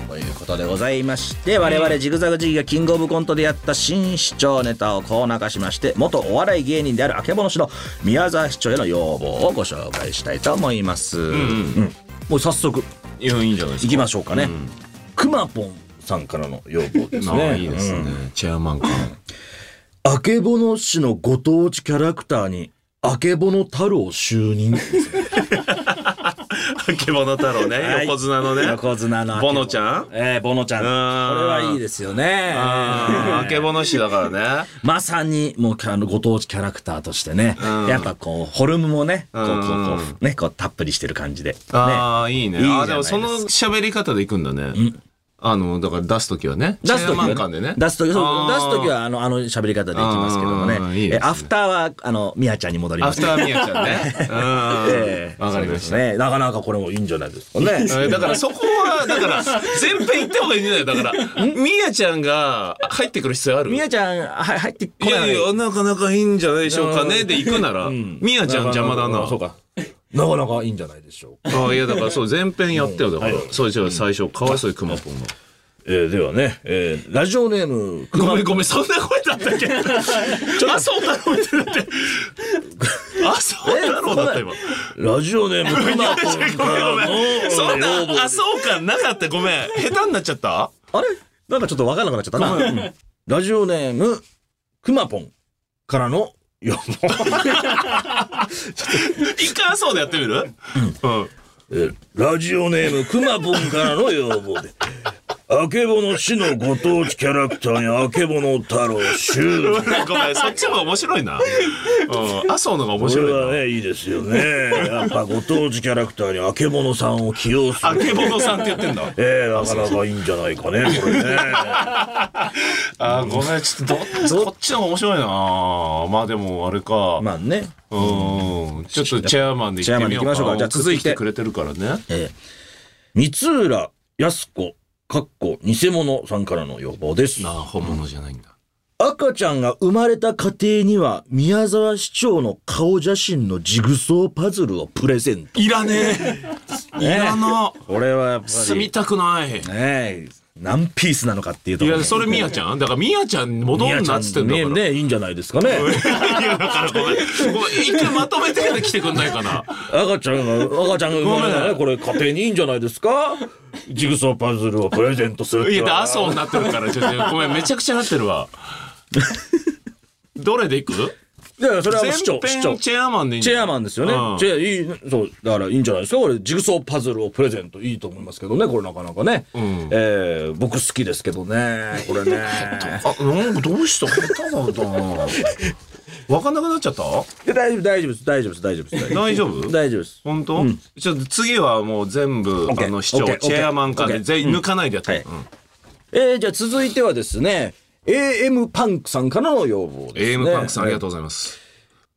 Speaker 3: ということでございまして、我々ジグザグジギがキングオブコントでやった新市長ネタをコーナー化しまして、元お笑い芸人であるあけぼの市の宮沢市長への要望をご紹介したいと思います。うん、もう早速、
Speaker 2: いやいいんじゃないですか。
Speaker 3: 行きましょうかね。くまぽんさんからの要望です
Speaker 2: ああ
Speaker 3: ね。
Speaker 2: いいですね、チェアマ ン感。
Speaker 3: あけぼの市のご当地キャラクターに、あけぼの太郎就任。
Speaker 2: あけぼの太 郎ね横綱のね。
Speaker 3: 横綱のあけ
Speaker 2: ボ
Speaker 3: ぼの。
Speaker 2: ノちゃん。
Speaker 3: えー、ボノちゃん。これ
Speaker 2: ー
Speaker 3: はいいですよね。
Speaker 2: あーあけぼの市だ からね。
Speaker 3: まさに、もう、あの、ご当地キャラクターとしてね。やっぱこう、フォルムもね、こう、こう、こう、ね、こう、たっぷりしてる感じで。ね。
Speaker 2: ああ、いいね。
Speaker 3: いいじゃ
Speaker 2: ああ、
Speaker 3: ない
Speaker 2: でもその喋り方でいくんだね。あの、だから出すときはね。
Speaker 3: 出すとき
Speaker 2: は
Speaker 3: は、
Speaker 2: ね。ね
Speaker 3: 出すとき、そう
Speaker 2: あー
Speaker 3: 出すときは、あの、あの喋り方でいきますけども
Speaker 2: あー
Speaker 3: ね。
Speaker 2: いいですね
Speaker 3: えアフターは、あの、みやちゃんに戻り
Speaker 2: ア
Speaker 3: ま
Speaker 2: フ
Speaker 3: す。
Speaker 2: ターミヤちゃん ね。
Speaker 3: え
Speaker 2: うん。わかりまし
Speaker 3: そうですね。なかなかこれもいいんじゃないです かね。
Speaker 2: た。えだからそこは、だから、前編行った方がいいんじゃないだから、ミヤちゃんが入ってくる必要ある
Speaker 3: みやちゃん、はい、入ってこ
Speaker 2: いや
Speaker 3: ないい。
Speaker 2: や、なかなかいいんじゃないでしょうかね。で行くなら、ミヤちゃん邪魔だな。
Speaker 3: そうか。なかなかいいんじゃないでしょうか。
Speaker 2: ああ、いや、だからそう、前編やってよ。だから、そうじゃあ最初、かわいそうにくまぽんが。
Speaker 3: えー、ではね、えー、ラジオネーム、く
Speaker 2: ごめんごめん、そんな声だった っけ麻生太郎ってだって。麻生太郎だった今。
Speaker 3: ラジオネーム、くまぽん
Speaker 2: ごめんご
Speaker 3: からの
Speaker 2: めん。そん
Speaker 3: 要望
Speaker 2: な麻生感なかった。ごめん。下手になっちゃった
Speaker 3: あれなんかちょっとわからなくなっちゃったな。うんラジオネーム、くまぽんからの要望。
Speaker 2: 一回麻生でやってみるうん。
Speaker 3: えーラジオネーム、くまぽんからの要望で。あけぼの市のご当地キャラクターにあけぼの太郎周
Speaker 2: ごめん、そっちも面白いな。うん、麻生のが面
Speaker 3: これは
Speaker 2: 白いな。
Speaker 3: ねいいですよねやっぱご当地キャラクターにあけぼのさんを起用す
Speaker 2: あ
Speaker 3: る
Speaker 2: けぼのさんって言ってんだ。
Speaker 3: ええなかなかいいんじゃないかねこれね
Speaker 2: あー、ごめん、ちょっとど、こっちの方が面白いな。まあでも、あれか。
Speaker 3: まあね
Speaker 2: うん、ちょっとチェアマンで
Speaker 3: チェ
Speaker 2: 行って
Speaker 3: アマン
Speaker 2: み
Speaker 3: で
Speaker 2: よう
Speaker 3: 行き
Speaker 2: か。
Speaker 3: ましょうかじゃあ続いて
Speaker 2: 送ってくれてるからね。
Speaker 3: えー、三浦靖子かっこ偽物さんからの要望です
Speaker 2: なあ、本物じゃないんだ。
Speaker 3: 赤ちゃんが生まれた家庭には宮沢市長の顔写真のジグソーパズルをプレゼント
Speaker 2: いらねえ。いらな。
Speaker 3: これはやっぱ
Speaker 2: 住み
Speaker 3: り
Speaker 2: たくない。
Speaker 3: ね何ピースなのかっていうと
Speaker 2: い
Speaker 3: ころ
Speaker 2: や、それミヤちゃんだからミヤちゃん戻
Speaker 3: 宮
Speaker 2: ん
Speaker 3: ち
Speaker 2: な
Speaker 3: ゃ
Speaker 2: っ
Speaker 3: ん
Speaker 2: つってんだから。
Speaker 3: ねねいいんじゃないですかね
Speaker 2: いや、だからごめん。ごめん一回まとめてから来てくんないかな。
Speaker 3: 赤ちゃんが赤ちゃんが生まれたらねこれ家庭にいいんじゃないですかジグソーパズルをプレゼントするって
Speaker 2: い
Speaker 3: い
Speaker 2: や、
Speaker 3: う
Speaker 2: で
Speaker 3: のは
Speaker 2: 麻生になってるから、ちょっと、ごめん、めちゃくちゃなってるわ。どれでいく
Speaker 3: いやいやそれはもう
Speaker 2: 全
Speaker 3: 市長市長
Speaker 2: 編チェアマンでいいん
Speaker 3: チ
Speaker 2: じ
Speaker 3: ェ
Speaker 2: ゃ
Speaker 3: ア
Speaker 2: ない
Speaker 3: マンですよね。
Speaker 2: うん
Speaker 3: チェアいいそうだからいいんじゃないですか。これジグソーパズルをプレゼントいいと思いますけどね。これなかなかね。えー僕好きですけどね。これね。
Speaker 2: あ、なんかどうした下手なんだな。わかんなくなっちゃった
Speaker 3: いや 大丈夫大丈夫です大丈夫です大丈夫です
Speaker 2: 大丈夫
Speaker 3: 大丈夫です。
Speaker 2: 本当、ちょっと次はもう全部、
Speaker 3: OK
Speaker 2: あの、市長、
Speaker 3: OK
Speaker 2: チェアマンから
Speaker 3: OK
Speaker 2: 全員抜かないでやって、
Speaker 3: はい
Speaker 2: うん
Speaker 3: えーじゃあ続いてはですね。AM パンクさんからの要望です、ね。
Speaker 2: AM パンクさん、ありがと
Speaker 3: とう。
Speaker 2: うございます。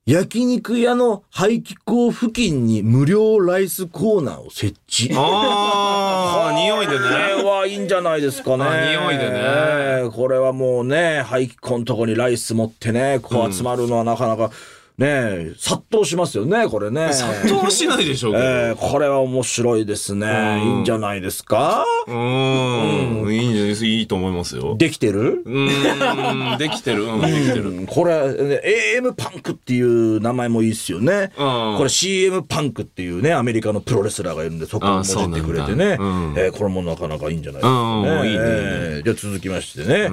Speaker 3: 焼肉屋の排気口付近に無料ライスコーナーを設置。
Speaker 2: ああ、匂いで
Speaker 3: こ
Speaker 2: ね。
Speaker 3: れはいいんじゃないですかね。
Speaker 2: あ匂いでね。
Speaker 3: これはもうね、排気口のとこにライス持ってね、こう集まるのはなかなか、ね、殺到しますよね、これね。
Speaker 2: 殺到しないでしょうけど。
Speaker 3: えーこれは面白いですね。いいんじゃないですか
Speaker 2: うーん、いいんじゃないですいいと思いますよ。
Speaker 3: できてる
Speaker 2: うーん、できてる。うん、できてる。
Speaker 3: うんこれ、ね AM パンクっていう名前もいいっすよね。
Speaker 2: うん
Speaker 3: これ CM パンクっていうね、アメリカのプロレスラーがいるんで、そこも
Speaker 2: あそうな
Speaker 3: 出
Speaker 2: んだ
Speaker 3: てくれてね。
Speaker 2: うん
Speaker 3: えーこれもなかなかいいんじゃないですか
Speaker 2: うんうん
Speaker 3: ね。
Speaker 2: いいね
Speaker 3: えーじゃあ続きましてね。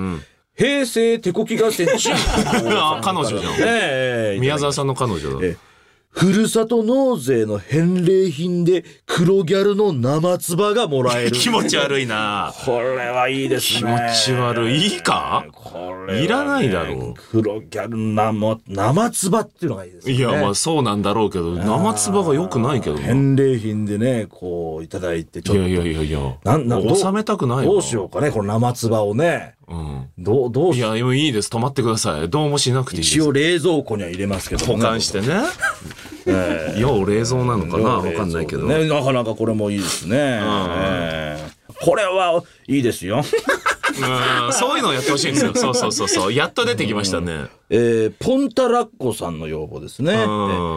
Speaker 3: 平成手こき合戦チーム
Speaker 2: あ彼女じゃん
Speaker 3: ねえ
Speaker 2: 宮沢さんの彼女だ。
Speaker 3: ふるさと納税の返礼品で黒ギャルの生唾がもらえる。
Speaker 2: 気持ち悪いな。
Speaker 3: これはいいですね。
Speaker 2: 気持ち悪いいいか
Speaker 3: これはね
Speaker 2: いらないだろう
Speaker 3: 黒ギャル生、生唾っていうのがいいですね。
Speaker 2: いや、まあそうなんだろうけど、生唾が良くないけどな。い
Speaker 3: 返礼品でね、こう、いただいて、ちょっと。
Speaker 2: やいやいやいや。
Speaker 3: なんなんどう
Speaker 2: 収めたくないわ
Speaker 3: どうしようかね、この生唾をね。
Speaker 2: うん。
Speaker 3: どう、どう
Speaker 2: い
Speaker 3: しよう。
Speaker 2: や、もういいです。止まってください。どうもしなくていいで
Speaker 3: 一
Speaker 2: す
Speaker 3: 応。冷蔵庫には入れますけど、
Speaker 2: 保管してね。要冷蔵なのかなわかんないけど。
Speaker 3: ね、なかなかこれもいいですね。ええこれはいいです よ。
Speaker 2: うんそういうのをやってほしいんですよ。そうそうそうそう。やっと出てきましたね。
Speaker 3: えーポンタラッコさんの要望ですね。
Speaker 2: う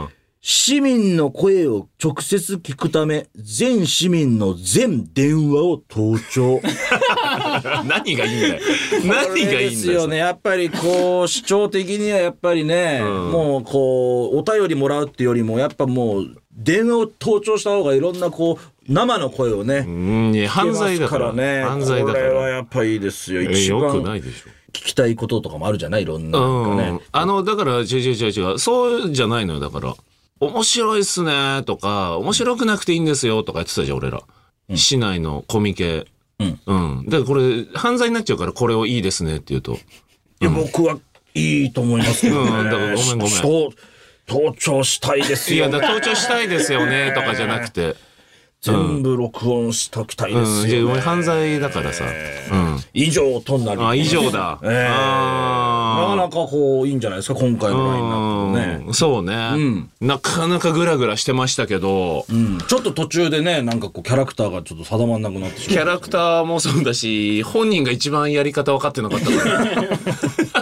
Speaker 2: ん。
Speaker 3: 市民の声を直接聞くため、全市民の全電話を盗聴。
Speaker 2: 何がいいんだよ。 何がいいん
Speaker 3: で
Speaker 2: だ
Speaker 3: すよね。やっぱりこう、主張的にはやっぱりね、もうこう、お便りもらうってよりも、やっぱもう、電話を盗聴した方がいろんなこう、生の声をね、
Speaker 2: うん、いや犯罪だから。
Speaker 3: 聞けますね。
Speaker 2: 犯罪だか
Speaker 3: これは
Speaker 2: ら。
Speaker 3: やっぱいいですよ。
Speaker 2: え
Speaker 3: 一番
Speaker 2: よくな
Speaker 3: 聞
Speaker 2: いでしょ。
Speaker 3: きたいこととかもあるじゃないいろんななんかね。
Speaker 2: うん。あの、だから、違う違う違う違う。そうじゃないのよ、だから。面白いっすねとか、面白くなくていいんですよとか言ってたじゃん、俺ら。市内のコミケ。
Speaker 3: うん。
Speaker 2: うん。だからこれ、犯罪になっちゃうから、これをいいですねって言うと。
Speaker 3: いや、僕はいいと思いますけどね。
Speaker 2: うんだからごめんごめん
Speaker 3: そう盗聴したいです
Speaker 2: い
Speaker 3: よ、
Speaker 2: や、だ
Speaker 3: ね。
Speaker 2: から盗聴したいですよねとかじゃなくて。
Speaker 3: 全部録音しときたいで
Speaker 2: うん。
Speaker 3: す
Speaker 2: いや、
Speaker 3: よ、ね
Speaker 2: 俺犯罪だからさ。う
Speaker 3: 以上となり
Speaker 2: ん。
Speaker 3: ます
Speaker 2: あ、以上だ。
Speaker 3: ええ
Speaker 2: あ
Speaker 3: なか
Speaker 2: ー
Speaker 3: なかこう、いいんじゃないですか、今回のラインナップもね。
Speaker 2: うんそうね、なかなかグラグラしてましたけど、
Speaker 3: うんちょっと途中でね、なんかこう、キャラクターがちょっと定まんなくなってし
Speaker 2: キ
Speaker 3: ま
Speaker 2: ャ
Speaker 3: う。
Speaker 2: ラクターもそうだし本人が一番やり方分かってなかったから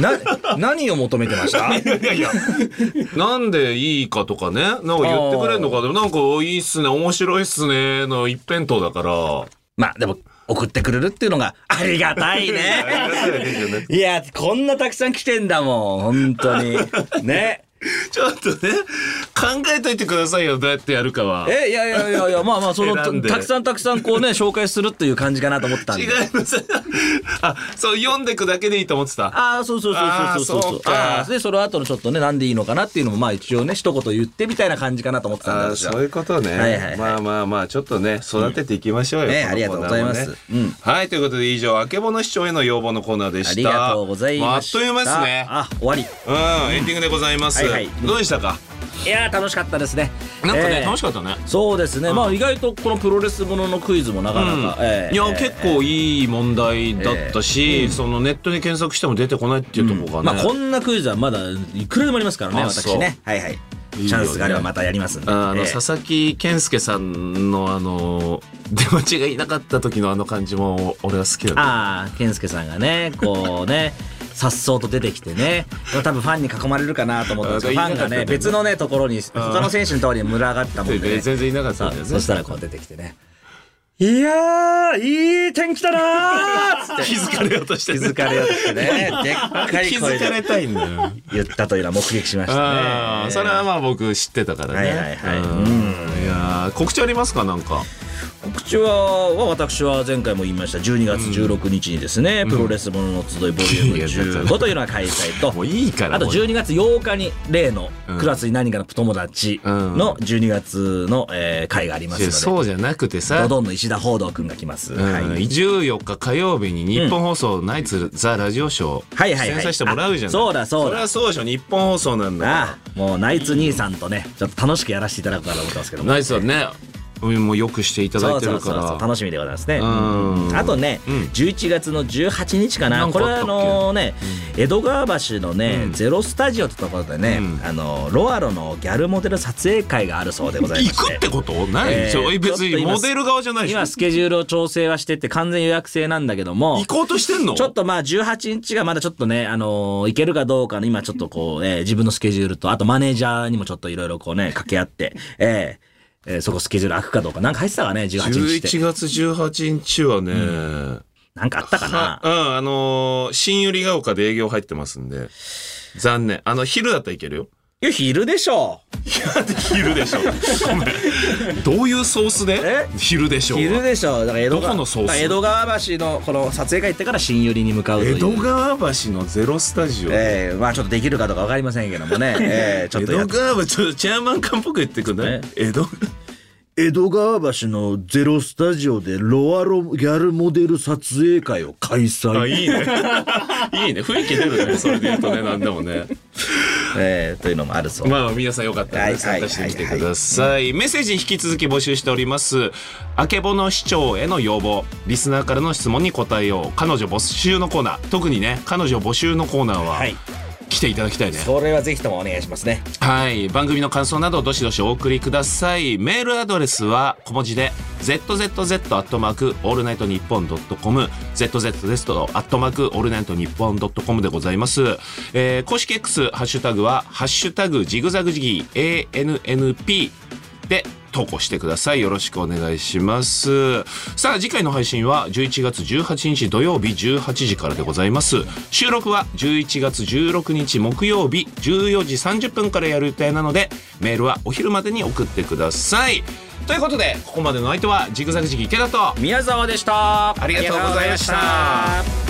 Speaker 3: な、何を求めてました
Speaker 2: いやいやなんでいいかとかねなんか言ってくれるのかでもなんかいいっすね面白いっすねの一辺倒だから
Speaker 3: まあ、でも、送ってくれるっていうのがありがたい ね。いや、こんなたくさん来てんだもん、本当に。ね。
Speaker 2: ちょっとね、考えといてくださいよ、どうやってやるかは。
Speaker 3: えいやいやいやいやまあまあその
Speaker 2: 選んで
Speaker 3: たくさんたくさんこうね紹介するっていう感じかなと思ったんで
Speaker 2: 違います。 あ、そう、読んでくだけでいいと思ってた。
Speaker 3: ああそうそうそうそうそうそ
Speaker 2: あー
Speaker 3: う
Speaker 2: そうか
Speaker 3: あーでその後のちょっとねなんでいいのかなっていうのもまあ一応ね一言言ってみたいな感じかなと思ってたん
Speaker 2: あ
Speaker 3: ですよ
Speaker 2: そういうことね、
Speaker 3: はいはいはい
Speaker 2: まあまあまあちょっとね育てていきましょうよ、
Speaker 3: うんね
Speaker 2: この
Speaker 3: ありがとうございます
Speaker 2: コーナーもねはいということで以上あけぼの市長への要望のコーナーでした
Speaker 3: ありがとうございました
Speaker 2: もうあっという間ですね
Speaker 3: あ終わり
Speaker 2: うんエンディングでございます、
Speaker 3: はいはい
Speaker 2: どうでしたか
Speaker 3: いやー楽しかったですね
Speaker 2: なんかね、楽
Speaker 3: し
Speaker 2: しかったね
Speaker 3: そうですね、まあ意外とこのプロレスもののクイズもなか
Speaker 2: うん
Speaker 3: なか、ええ
Speaker 2: いや、
Speaker 3: ええ
Speaker 2: 結構いい問題だったし、そのネットで検索しても出てこないっていうところが
Speaker 3: ま
Speaker 2: ね、
Speaker 3: あこんなクイズはまだいくらでもありますからね
Speaker 2: あ
Speaker 3: 私ねはいはいチャンスがあればまたやりますんで
Speaker 2: あの、
Speaker 3: ええ
Speaker 2: 佐々木健介さんのあの 出待ちがいなかった時のあの感じも俺は好きだね
Speaker 3: ああ健介さんがねこ うねさっそうと出てきてね多分ファンに囲まれるかなと思ったんですけど
Speaker 2: あ
Speaker 3: フ
Speaker 2: ー
Speaker 3: ァンが
Speaker 2: 言
Speaker 3: ね
Speaker 2: いたかった
Speaker 3: 別
Speaker 2: んだ
Speaker 3: のねところに他の選手のところに群がったもんで、ね、
Speaker 2: 全然いなかったんだよね
Speaker 3: そしたらこう出てきてね「いやーいい天気だな!」っつって
Speaker 2: 気づかれようとして
Speaker 3: 気
Speaker 2: る
Speaker 3: づかれようとしてねでっかい
Speaker 2: 気
Speaker 3: 声
Speaker 2: づかれ
Speaker 3: で
Speaker 2: たいんだよ
Speaker 3: 言ったというのは目撃しました
Speaker 2: あ
Speaker 3: ね
Speaker 2: ーそれはまあ僕知ってたからね
Speaker 3: はいはいはい
Speaker 2: うんいやー告知ありますかなんか
Speaker 3: 告知はは私は前回も言いました12月16日にですね、プロレスものの集いボリューム15というのが開催と
Speaker 2: もういいから
Speaker 3: あと
Speaker 2: もう
Speaker 3: 12月8日に例の
Speaker 2: うん
Speaker 3: クラスに何かの友達の12月の、えー会がありますので、
Speaker 2: そうじゃなくてさ
Speaker 3: ドドンの石田報道くんが来ます。
Speaker 2: うん
Speaker 3: はい
Speaker 2: 14日火曜日に日本放送ナイツザラジオショ
Speaker 3: はい
Speaker 2: ー
Speaker 3: はいはい
Speaker 2: 出演させてもらうじゃ
Speaker 3: あ
Speaker 2: ん
Speaker 3: そうだそうだ
Speaker 2: それはそうでしょ日本放送なんだから
Speaker 3: ああもうナイツ兄さんとねちょっと楽しくやらせていただこうかと思ってますけども
Speaker 2: ナイツはねもうよくしていただ
Speaker 3: そ
Speaker 2: いうて
Speaker 3: そう
Speaker 2: る
Speaker 3: そ
Speaker 2: か
Speaker 3: うそう
Speaker 2: ら
Speaker 3: 楽しみでございますね
Speaker 2: ん
Speaker 3: うんあとね、
Speaker 2: ん
Speaker 3: 11月の18日かな
Speaker 2: なん
Speaker 3: こ
Speaker 2: か
Speaker 3: れ
Speaker 2: あっ
Speaker 3: は
Speaker 2: た
Speaker 3: あ
Speaker 2: っけ
Speaker 3: のね、江戸川橋のね、ゼロスタジオってところでね、
Speaker 2: うん
Speaker 3: あのロアロのギャルモデル撮影会があるそうでございま
Speaker 2: 行
Speaker 3: して
Speaker 2: くってことない、
Speaker 3: えー
Speaker 2: ちょ別
Speaker 3: ちょっと
Speaker 2: に
Speaker 3: 今
Speaker 2: モデル側じゃないでしょ
Speaker 3: 今スケジュールを調整はしてって完全予約制なんだけども
Speaker 2: 行こうとしてんの
Speaker 3: ちょっとまあ18日がまだちょっとね、あのー行けるかどうかの今ちょっとこう、えー自分のスケジュールと、あとマネージャーにもちょっといろいろこうね、掛け合って、 えーえーそこスケジュール空くかどうか。なんか入ってたかね、18日って。
Speaker 2: 11月18日はね、
Speaker 3: なんかあったか
Speaker 2: あ
Speaker 3: な
Speaker 2: う。ん、あのー新百合ヶ丘で営業入ってますんで。残念。あの、昼だ ったらいけるよ。
Speaker 3: いや、昼でしょ
Speaker 2: 昼でしょ。ごめん。どういうソースで
Speaker 3: え
Speaker 2: 昼でしょうは
Speaker 3: 昼でしょだから江戸川
Speaker 2: どこのソース
Speaker 3: だから江戸川橋のこの撮影会行ってから新寄りに向かうという。
Speaker 2: 江戸川橋のゼロスタジオ。
Speaker 3: えーまあちょっとできるかどうかわかりませんけどもね。えーちょっ
Speaker 2: 江
Speaker 3: とやっ
Speaker 2: 戸川橋、ちょっとチェアマン感っぽく言ってくんない
Speaker 3: ね
Speaker 2: 江戸、
Speaker 3: 江戸川橋のゼロスタジオでロアロギャルモデル撮影会を開
Speaker 2: あ、
Speaker 3: 催。
Speaker 2: いいね。いいね。雰囲気出るね。それで言うとね、なんでもね。
Speaker 3: えーというのもあるそう。
Speaker 2: まあ皆さんよかったら
Speaker 3: はい
Speaker 2: ね参加してみてください。メッセージ引き続き募集しております。あけぼの市長への要望、リスナーからの質問に答えよう。彼女募集のコーナー、特にね、彼女募集のコーナーは
Speaker 3: はい
Speaker 2: 来ていただきたいね。
Speaker 3: それはぜひともお願いしますね。
Speaker 2: はい。番組の感想などどしどしお送りください。メールアドレスは小文字で zzz.allnightnippon.com zzz ですと .allnightnippon.com でございます。えー、公式 X ハッシュタグはハッシュタグジグザグジギー ANNP で投稿してください。よろしくお願いします。さあ、次回の配信は11月18日土曜日18時からでございます。収録は11月16日木曜日14時30分からやる予定なので、メールはお昼までに送ってください。ということで、ここまでの相手はジグザグジギ池田と、
Speaker 3: 宮沢でした。
Speaker 2: ありがとうございました。